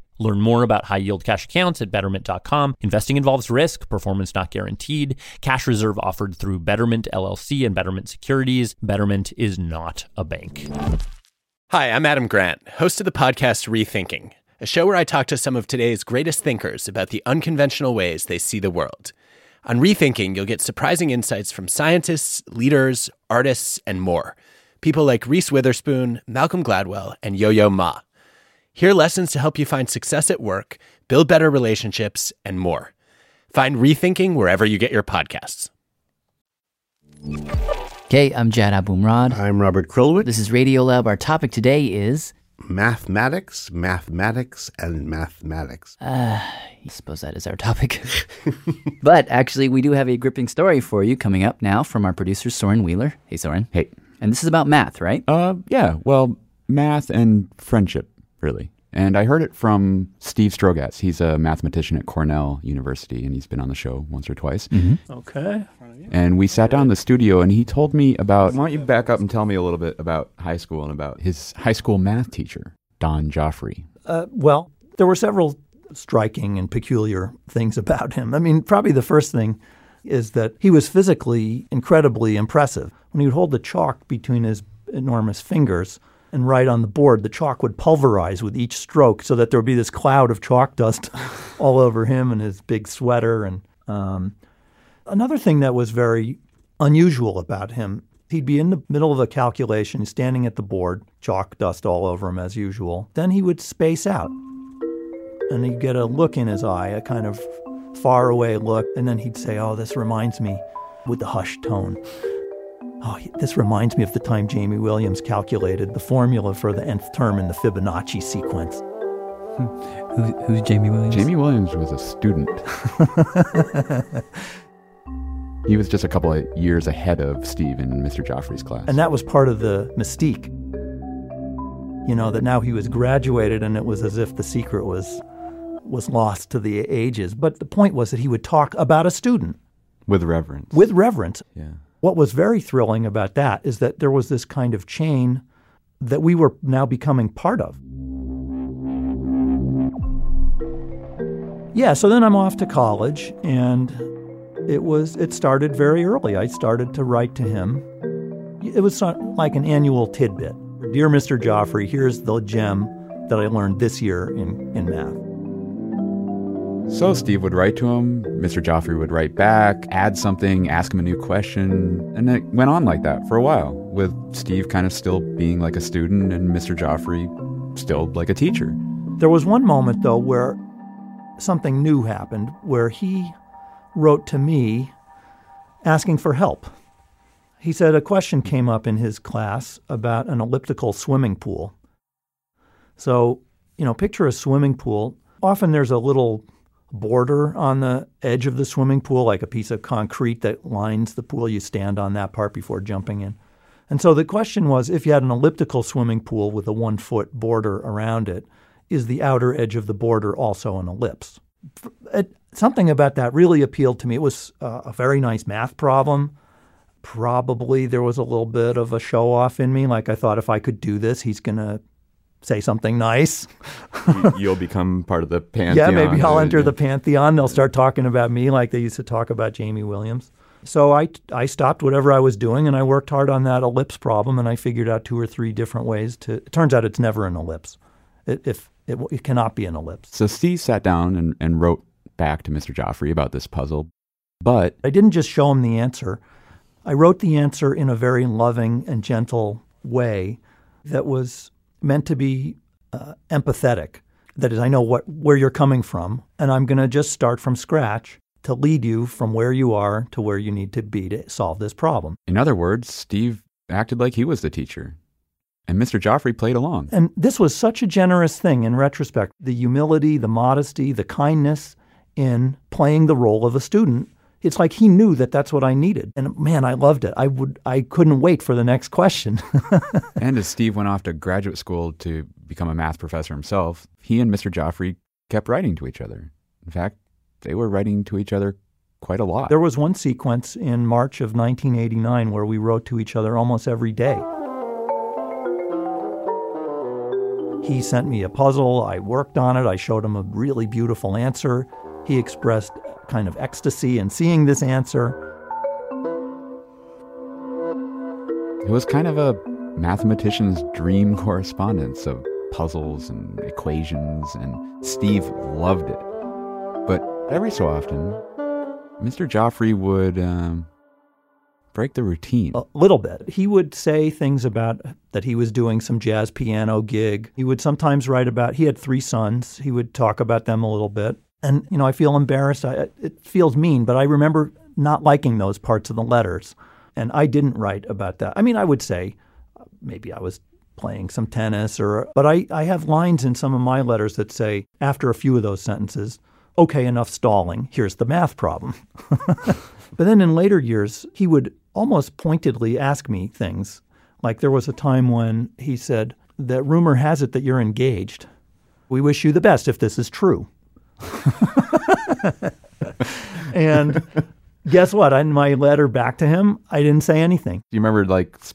Speaker 33: Learn more about high yield cash accounts at betterment.com. Investing involves risk, performance not guaranteed. Cash reserve offered through Betterment LLC and Betterment Securities. Betterment is not a bank.
Speaker 23: Hi, I'm Adam Grant, host of the podcast Rethinking, a show where I talk to some of today's greatest thinkers about the unconventional ways they see the world. On Rethinking, you'll get surprising insights from scientists, leaders, artists, and more. People like Reese Witherspoon, Malcolm Gladwell, and Yo Yo Ma. Hear lessons to help you find success at work, build better relationships, and more. Find Rethinking wherever you get your podcasts.
Speaker 14: Okay, I'm Jad Abumrad.
Speaker 11: I'm Robert Krulwich.
Speaker 14: This is Radiolab. Our topic today is
Speaker 11: mathematics, mathematics, and mathematics.
Speaker 14: Uh, I suppose that is our topic. but actually, we do have a gripping story for you coming up now from our producer, Soren Wheeler. Hey, Soren.
Speaker 31: Hey.
Speaker 14: And this is about math, right?
Speaker 31: Uh, yeah. Well, math and friendship really. And I heard it from Steve Strogatz. He's a mathematician at Cornell University, and he's been on the show once or twice.
Speaker 14: Mm-hmm.
Speaker 31: Okay. And we sat down in the studio, and he told me about. Why don't you back up and tell me a little bit about high school and about his high school math teacher, Don Joffrey?
Speaker 25: Uh, well, there were several striking and peculiar things about him. I mean, probably the first thing is that he was physically incredibly impressive. When he would hold the chalk between his enormous fingers, and write on the board, the chalk would pulverize with each stroke so that there would be this cloud of chalk dust all over him and his big sweater. And um, another thing that was very unusual about him, he'd be in the middle of a calculation, standing at the board, chalk dust all over him as usual. Then he would space out and he'd get a look in his eye, a kind of far away look. And then he'd say, Oh, this reminds me with the hushed tone. Oh, this reminds me of the time Jamie Williams calculated the formula for the nth term in the Fibonacci sequence.
Speaker 14: Who, who's Jamie Williams?
Speaker 31: Jamie Williams was a student. he was just a couple of years ahead of Steve in Mr. Joffrey's class.
Speaker 25: And that was part of the mystique. You know, that now he was graduated and it was as if the secret was was lost to the ages. But the point was that he would talk about a student.
Speaker 31: With reverence.
Speaker 25: With reverence.
Speaker 31: Yeah.
Speaker 25: What was very thrilling about that is that there was this kind of chain that we were now becoming part of. Yeah, so then I'm off to college and it was it started very early. I started to write to him. It was not like an annual tidbit. Dear Mr. Joffrey, here's the gem that I learned this year in, in math.
Speaker 31: So Steve would write to him, Mr. Joffrey would write back, add something, ask him a new question, and it went on like that for a while, with Steve kind of still being like a student and Mr. Joffrey still like a teacher.
Speaker 25: There was one moment, though, where something new happened, where he wrote to me asking for help. He said a question came up in his class about an elliptical swimming pool. So, you know, picture a swimming pool. Often there's a little border on the edge of the swimming pool, like a piece of concrete that lines the pool. You stand on that part before jumping in. And so the question was if you had an elliptical swimming pool with a one foot border around it, is the outer edge of the border also an ellipse? F- It, something about that really appealed to me. It was uh, a very nice math problem. Probably there was a little bit of a show off in me. Like I thought if I could do this, he's going to say something nice.
Speaker 12: You- You'll become part of the pantheon.
Speaker 25: Yeah, maybe I'll
Speaker 12: or-
Speaker 25: enter the pantheon. They'll start talking about me like they used to talk about Jamie Williams. So I, I stopped whatever I was doing and I worked hard on that ellipse problem and I figured out two or three different ways to. It turns out it's never an ellipse. It, if it, w- it cannot be an ellipse.
Speaker 31: So Steve sat down and, and wrote back to Mr. Joffrey about this puzzle, but
Speaker 25: I didn't just show him the answer. I wrote the answer in a very loving and gentle way that was meant to be uh, empathetic. That is, I know what where you're coming from, and I'm going to just start from scratch to lead you from where you are to where you need to be to solve this problem.
Speaker 31: in other words, Steve acted like he was the teacher, and Mr. Joffrey played along.
Speaker 25: And this was such a generous thing in retrospect the humility, the modesty, the kindness in playing the role of a student. It's like he knew that that's what I needed. And man, I loved it. I would I couldn't wait for the next question.
Speaker 31: and as Steve went off to graduate school to become a math professor himself, he and Mr. Joffrey kept writing to each other. In fact, they were writing to each other quite a lot.
Speaker 25: There was one sequence in March of 1989 where we wrote to each other almost every day. He sent me a puzzle. I worked on it. I showed him a really beautiful answer. He expressed kind of ecstasy in seeing this answer.
Speaker 31: It was kind of a mathematician's dream correspondence of puzzles and equations, and Steve loved it. But every so often, Mr. Joffrey would um, break the routine.
Speaker 25: A little bit. He would say things about that he was doing some jazz piano gig. He would sometimes write about, he had three sons. He would talk about them a little bit. And, you know, I feel embarrassed. I, it feels mean, but I remember not liking those parts of the letters. And I didn't write about that. I mean, I would say uh, maybe I was playing some tennis or, but I, I have lines in some of my letters that say, after a few of those sentences, okay, enough stalling. Here's the math problem. But then in later years, he would almost pointedly ask me things. Like there was a time when he said, That rumor has it that you're engaged. We wish you the best if this is true. and guess what? In my letter back to him, I didn't say anything.
Speaker 12: Do you remember like s-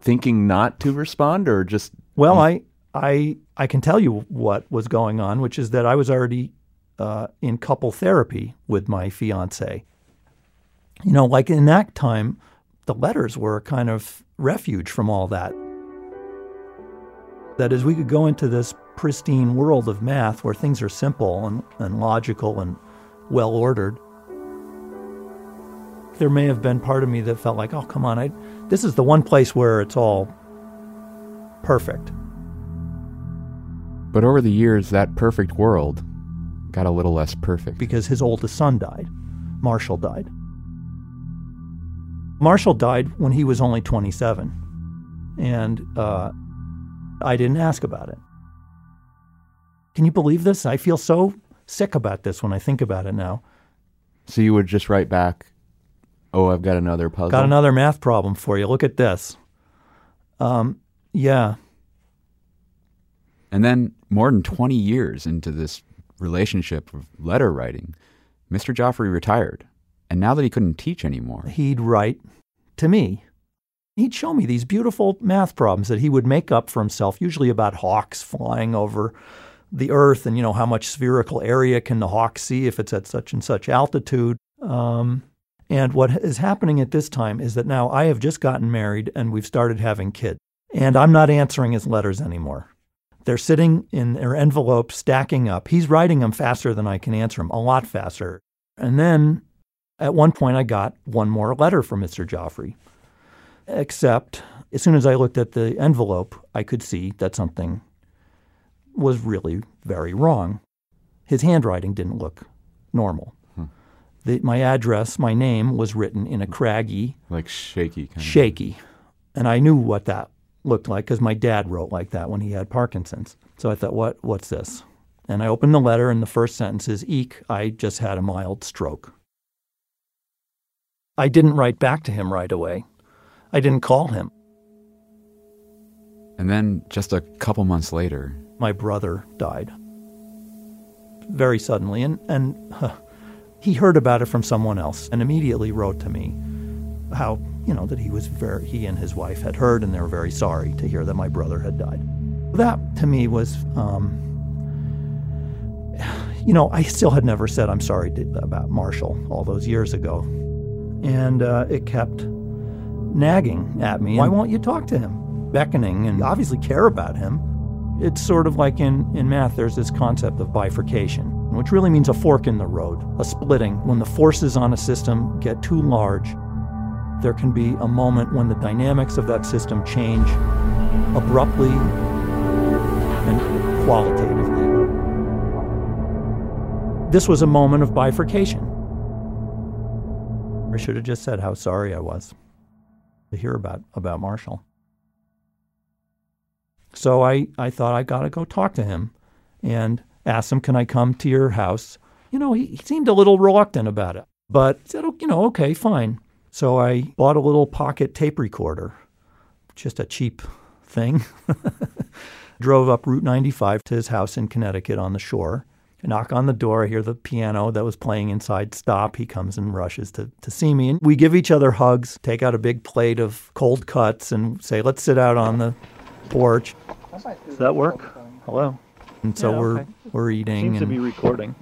Speaker 12: thinking not to respond or just
Speaker 25: Well, I, I, I can tell you what was going on, which is that I was already uh, in couple therapy with my fiance. You know, like in that time, the letters were a kind of refuge from all that. That is, we could go into this pristine world of math where things are simple and, and logical and well ordered. There may have been part of me that felt like, oh, come on, I, this is the one place where it's all perfect.
Speaker 31: But over the years, that perfect world got a little less perfect.
Speaker 25: because his oldest son died. Marshall died. Marshall died when he was only 27, and uh, I didn't ask about it. Can you believe this? I feel so sick about this when I think about it now.
Speaker 12: so you would just write back, "Oh, I've got another
Speaker 31: Uh,
Speaker 12: puzzle."
Speaker 25: Got another math problem for you. Look at this. Um, yeah,
Speaker 31: And then, more than 20 years into this relationship of letter writing, Mr. Joffrey retired. And now that he couldn't teach anymore,
Speaker 25: he'd write to me. He'd show me these beautiful math problems that he would make up for himself, usually about hawks flying over the earth and, you know, how much spherical area can the hawk see if it's at such and such altitude. Um, and what is happening at this time is that now I have just gotten married and we've started having kids. And I'm not answering his letters anymore. They're sitting in their envelope, stacking up. He's writing them faster than I can answer them, a lot faster. And then at one point, I got one more letter from Mr. Joffrey. Except, as soon as I looked at the envelope, I could see that something
Speaker 31: Hmm.
Speaker 25: was really very wrong. His handwriting didn't look normal. the, my address, my name was written in a craggy,
Speaker 31: like shaky kind of.
Speaker 25: shaky, and I knew what that looked like because my dad wrote like that when he had Parkinson's. So I thought, what what's this? And I opened the letter, and the first sentence is, "Eek! I just had a mild stroke." I didn't write back to him right away. I didn't call him.
Speaker 31: And then just a couple months later,
Speaker 25: my brother died very suddenly, and and huh, he heard about it from someone else, and immediately wrote to me how you know that he was very he and his wife had heard, and they were very sorry to hear that my brother had died. That to me was, um, you know, I still had never said I'm sorry to, about Marshall all those years ago, and uh, it kept nagging at me. Why won't you talk to him? Beckoning and obviously care about him. It's sort of like in, in math, there's this concept of bifurcation, which really means a fork in the road, a splitting. When the forces on a system get too large, there can be a moment when the dynamics of that system change abruptly and qualitatively. This was a moment of bifurcation. I should have just said how sorry I was to hear about, about Marshall. So I, I thought I got to go talk to him and ask him, can I come to your house? You know, he, he seemed a little reluctant about it, but he said, "Oh, you know, okay, fine. So I bought a little pocket tape recorder, just a cheap thing. Drove up Route 95 to his house in Connecticut on the shore. I knock on the door, I hear the piano that was playing inside stop. He comes and rushes to, to see me. And we give each other hugs, take out a big plate of cold cuts, and say, let's sit out on the porch. Does that work? Hello. And so
Speaker 26: Yeah,
Speaker 25: we're
Speaker 26: okay.
Speaker 25: we're eating.
Speaker 26: Seems to
Speaker 25: and-
Speaker 26: be recording.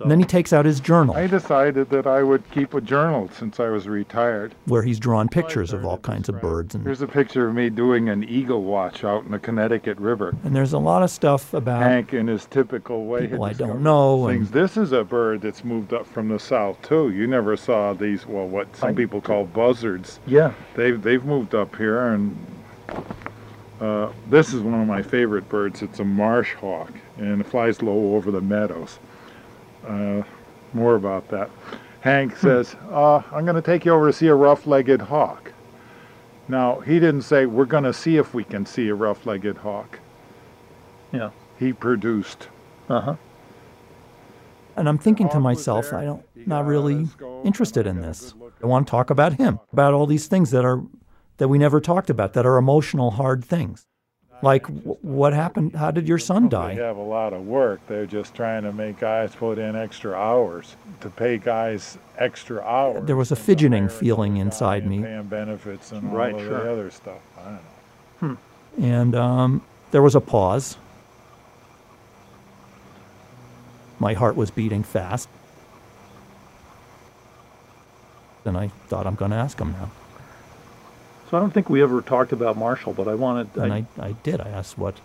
Speaker 25: And then he takes out his journal
Speaker 26: I decided that I would keep a journal since I was retired.
Speaker 25: where he's drawn pictures of all kinds of birds. And,
Speaker 26: Here's a picture of me doing an eagle watch out in the Connecticut River.
Speaker 25: and there's a lot of stuff about
Speaker 26: Hank, in his typical way, had
Speaker 25: people I
Speaker 26: discovered
Speaker 25: don't know.
Speaker 26: things.
Speaker 25: And
Speaker 26: This is a bird that's moved up from the south too. You never saw these. Well, what some people call buzzards.
Speaker 25: Yeah.
Speaker 26: They've they've moved up here, and uh, this is one of my favorite birds. It's a marsh hawk, and it flies low over the meadows. Uh, more about that. Hank says, uh, "I'm going to take you over to see a rough-legged hawk." Now he didn't say we're going to see if we can see a rough-legged hawk.
Speaker 25: Yeah.
Speaker 26: He produced.
Speaker 25: Uh
Speaker 26: Uh-huh.
Speaker 25: huh. And I'm thinking to myself, I don't not really interested in this. I want to talk about him, about all these things that are that we never talked about, that are emotional, hard things. Like wh- what happened? How did your son
Speaker 26: They
Speaker 25: die?
Speaker 26: have a lot of work. They're just trying to make guys put in extra hours to pay guys extra hours.
Speaker 25: There was a fidgeting feeling inside me,
Speaker 26: paying benefits and all
Speaker 33: Right,
Speaker 26: of
Speaker 33: sure.
Speaker 26: the other stuff. I don't know.
Speaker 25: and um, there was a pause. My heart was beating fast, and I thought, I'm going to ask him now.
Speaker 33: So I don't think we ever talked about Marshall, but I wanted.
Speaker 25: And I,
Speaker 33: I, uh-huh.
Speaker 25: I did. I asked what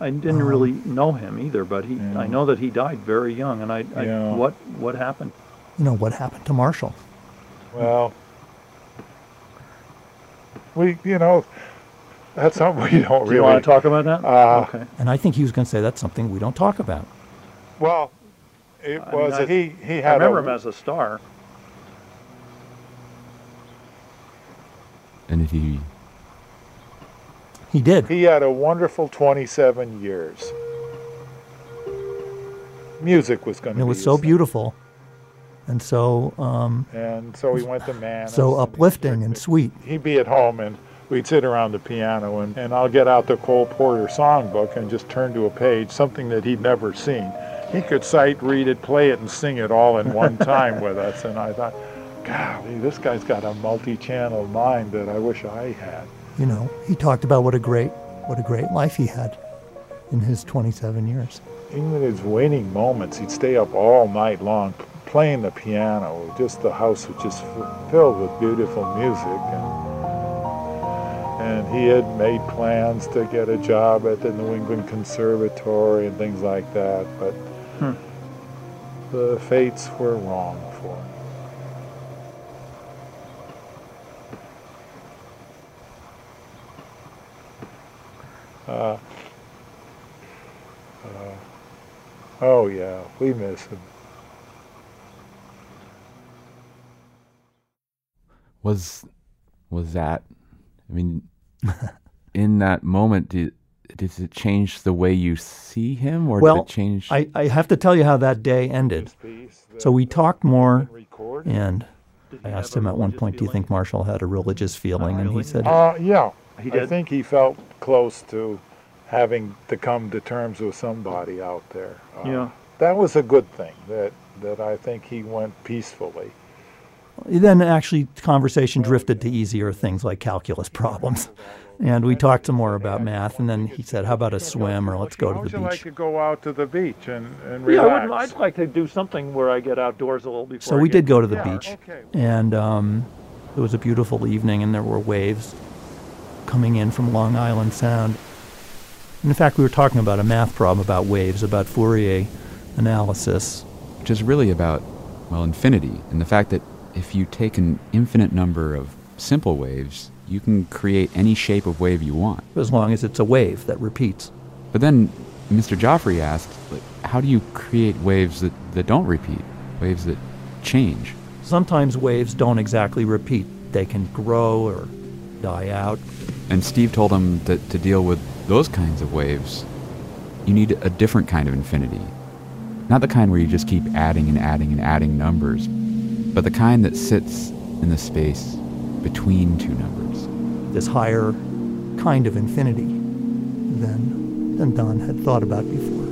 Speaker 33: I didn't really know him either, but he. I know that he died very young, and I.
Speaker 26: Yeah.
Speaker 33: I what what happened?
Speaker 25: you know what happened to Marshall.
Speaker 26: Well, we, you know, that's something we don't
Speaker 33: Do
Speaker 26: really.
Speaker 33: you want to talk about that?
Speaker 26: Uh,
Speaker 33: okay.
Speaker 25: And I think he was going to say that's something we don't talk about.
Speaker 26: Well, it
Speaker 33: I mean,
Speaker 26: was
Speaker 33: I-
Speaker 26: he. He
Speaker 33: I
Speaker 26: had.
Speaker 33: remember
Speaker 26: a,
Speaker 33: him as a star.
Speaker 31: and he
Speaker 25: He did.
Speaker 26: He had a wonderful 27 years. Music was going
Speaker 25: And
Speaker 26: to.
Speaker 25: it
Speaker 26: be
Speaker 25: was
Speaker 26: his
Speaker 25: so
Speaker 26: thing.
Speaker 25: beautiful and so um,
Speaker 26: And so we went to Manus.
Speaker 25: so uplifting and sweet.
Speaker 26: he'd be at home and we'd sit around the piano and, and I'll get out the Cole Porter songbook and just turn to a page, something that he'd never seen. He could sight read it, play it, and sing it all in one time with us. And I thought, golly, this guy's got a multi-channel mind that I wish I had.
Speaker 25: You know, he talked about what a great what a great life he had in his 27 years.
Speaker 26: Even in his waning moments, he'd stay up all night long p- playing the piano. Just the house was just f- filled with beautiful music. And, and he had made plans to get a job at the New England Conservatory and things like that. But
Speaker 33: Hmm.
Speaker 26: the fates were wrong for him. Uh, uh, oh, yeah, we miss him.
Speaker 31: was was that? I mean, in that moment, did, does it change the way you see him, or
Speaker 25: well,
Speaker 31: did it change?
Speaker 25: I, I have to tell you how that day ended. So we talked more, and I asked him at one point, "Do you think Marshall had a religious feeling?" And he said,
Speaker 16: Uh, yeah,
Speaker 26: He
Speaker 16: I
Speaker 26: did?
Speaker 16: think he felt close to having to come to terms with somebody out there. Uh,
Speaker 26: Yeah.
Speaker 16: that was a good thing that that I think he went peacefully.
Speaker 25: then actually conversation drifted to easier things like calculus problems. And we talked some more about math, and then he said, "How about a swim, or let's go
Speaker 16: How
Speaker 25: to
Speaker 16: would
Speaker 25: the
Speaker 16: you like
Speaker 25: beach?"
Speaker 16: to go out to the beach and and
Speaker 26: Yeah, I
Speaker 16: relax?
Speaker 26: wouldn't, I'd like to do something where I get outdoors a little before.
Speaker 25: So
Speaker 26: I
Speaker 25: we
Speaker 26: get-
Speaker 25: did go to the
Speaker 26: Yeah,
Speaker 25: beach,
Speaker 26: okay.
Speaker 25: and um, it was a beautiful evening, and there were waves coming in from Long Island Sound. And in fact, we were talking about a math problem about waves, about Fourier analysis.
Speaker 31: which is really about well infinity and the fact that if you take an infinite number of simple waves you can create any shape of wave you want
Speaker 25: as long as it's a wave that repeats
Speaker 31: but then mr joffrey asked like, how do you create waves that, that don't repeat waves that change
Speaker 25: Sometimes waves don't exactly repeat; they can grow or die out.
Speaker 31: and steve told him that to deal with those kinds of waves you need a different kind of infinity not the kind where you just keep adding and adding and adding numbers but the kind that sits in the space between two numbers
Speaker 25: This higher kind of infinity than than Don had thought about before.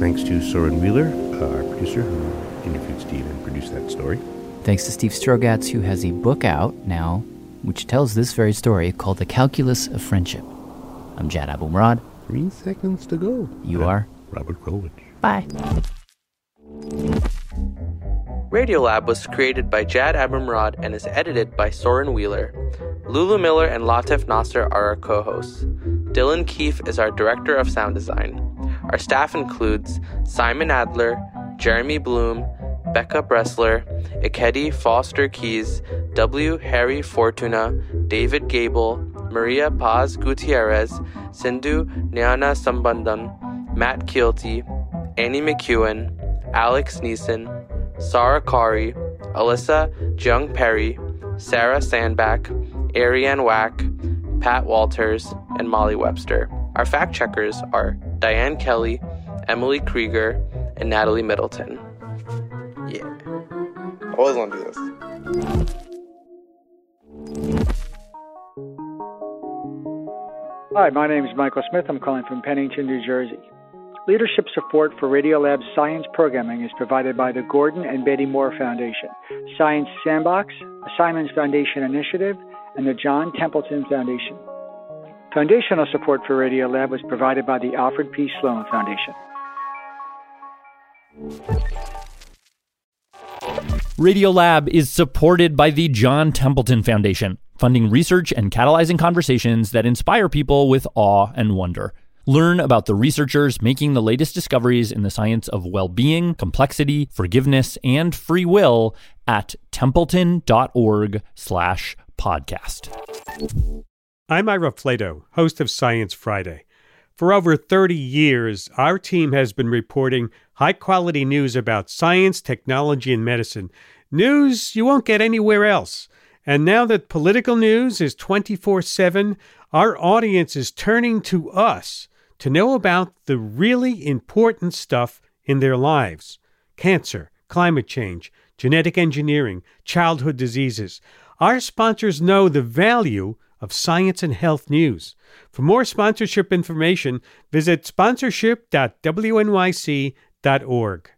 Speaker 11: Thanks to Soren Wheeler, uh, our producer, who interviewed Steve and produced that story.
Speaker 14: Thanks to Steve Strogatz, who has a book out now which tells this very story called The Calculus of Friendship. I'm Jad Abumrad.
Speaker 11: Three seconds to go.
Speaker 14: You are?
Speaker 11: Robert Krulwich.
Speaker 14: Bye.
Speaker 34: Radiolab was created by Jad Abumrad and is edited by Soren Wheeler. Lulu Miller and Latif Nasser are our co hosts. Dylan Keefe is our director of sound design. Our staff includes Simon Adler, Jeremy Bloom, Becca Bressler, Ikedi Foster Keys, W. Harry Fortuna, David Gable, Maria Paz Gutierrez, Sindhu Nyana Sambandam, Matt Keelty, Annie McEwen, Alex Neeson, Sarah Kari, Alyssa Jung Perry, Sarah Sandback, Ariane Wack, Pat Walters, and Molly Webster. Our fact checkers are Diane Kelly, Emily Krieger, and Natalie Middleton. Yeah. I always want to do this.
Speaker 18: Hi, my name is Michael Smith. I'm calling from Pennington, New Jersey. Leadership support for Radiolab's science programming is provided by the Gordon and Betty Moore Foundation, Science Sandbox, a Simons Foundation initiative, and the John Templeton Foundation. Foundational support for Radiolab was provided by the Alfred P. Sloan Foundation.
Speaker 33: Radiolab is supported by the John Templeton Foundation, funding research and catalyzing conversations that inspire people with awe and wonder. Learn about the researchers making the latest discoveries in the science of well being, complexity, forgiveness, and free will at templeton.org slash podcast.
Speaker 35: I'm Ira Flato, host of Science Friday. For over 30 years, our team has been reporting high quality news about science, technology, and medicine. News you won't get anywhere else. And now that political news is 24 7, our audience is turning to us to know about the really important stuff in their lives cancer, climate change, genetic engineering, childhood diseases. Our sponsors know the value of science and health news. For more sponsorship information, visit sponsorship.wnyc.org.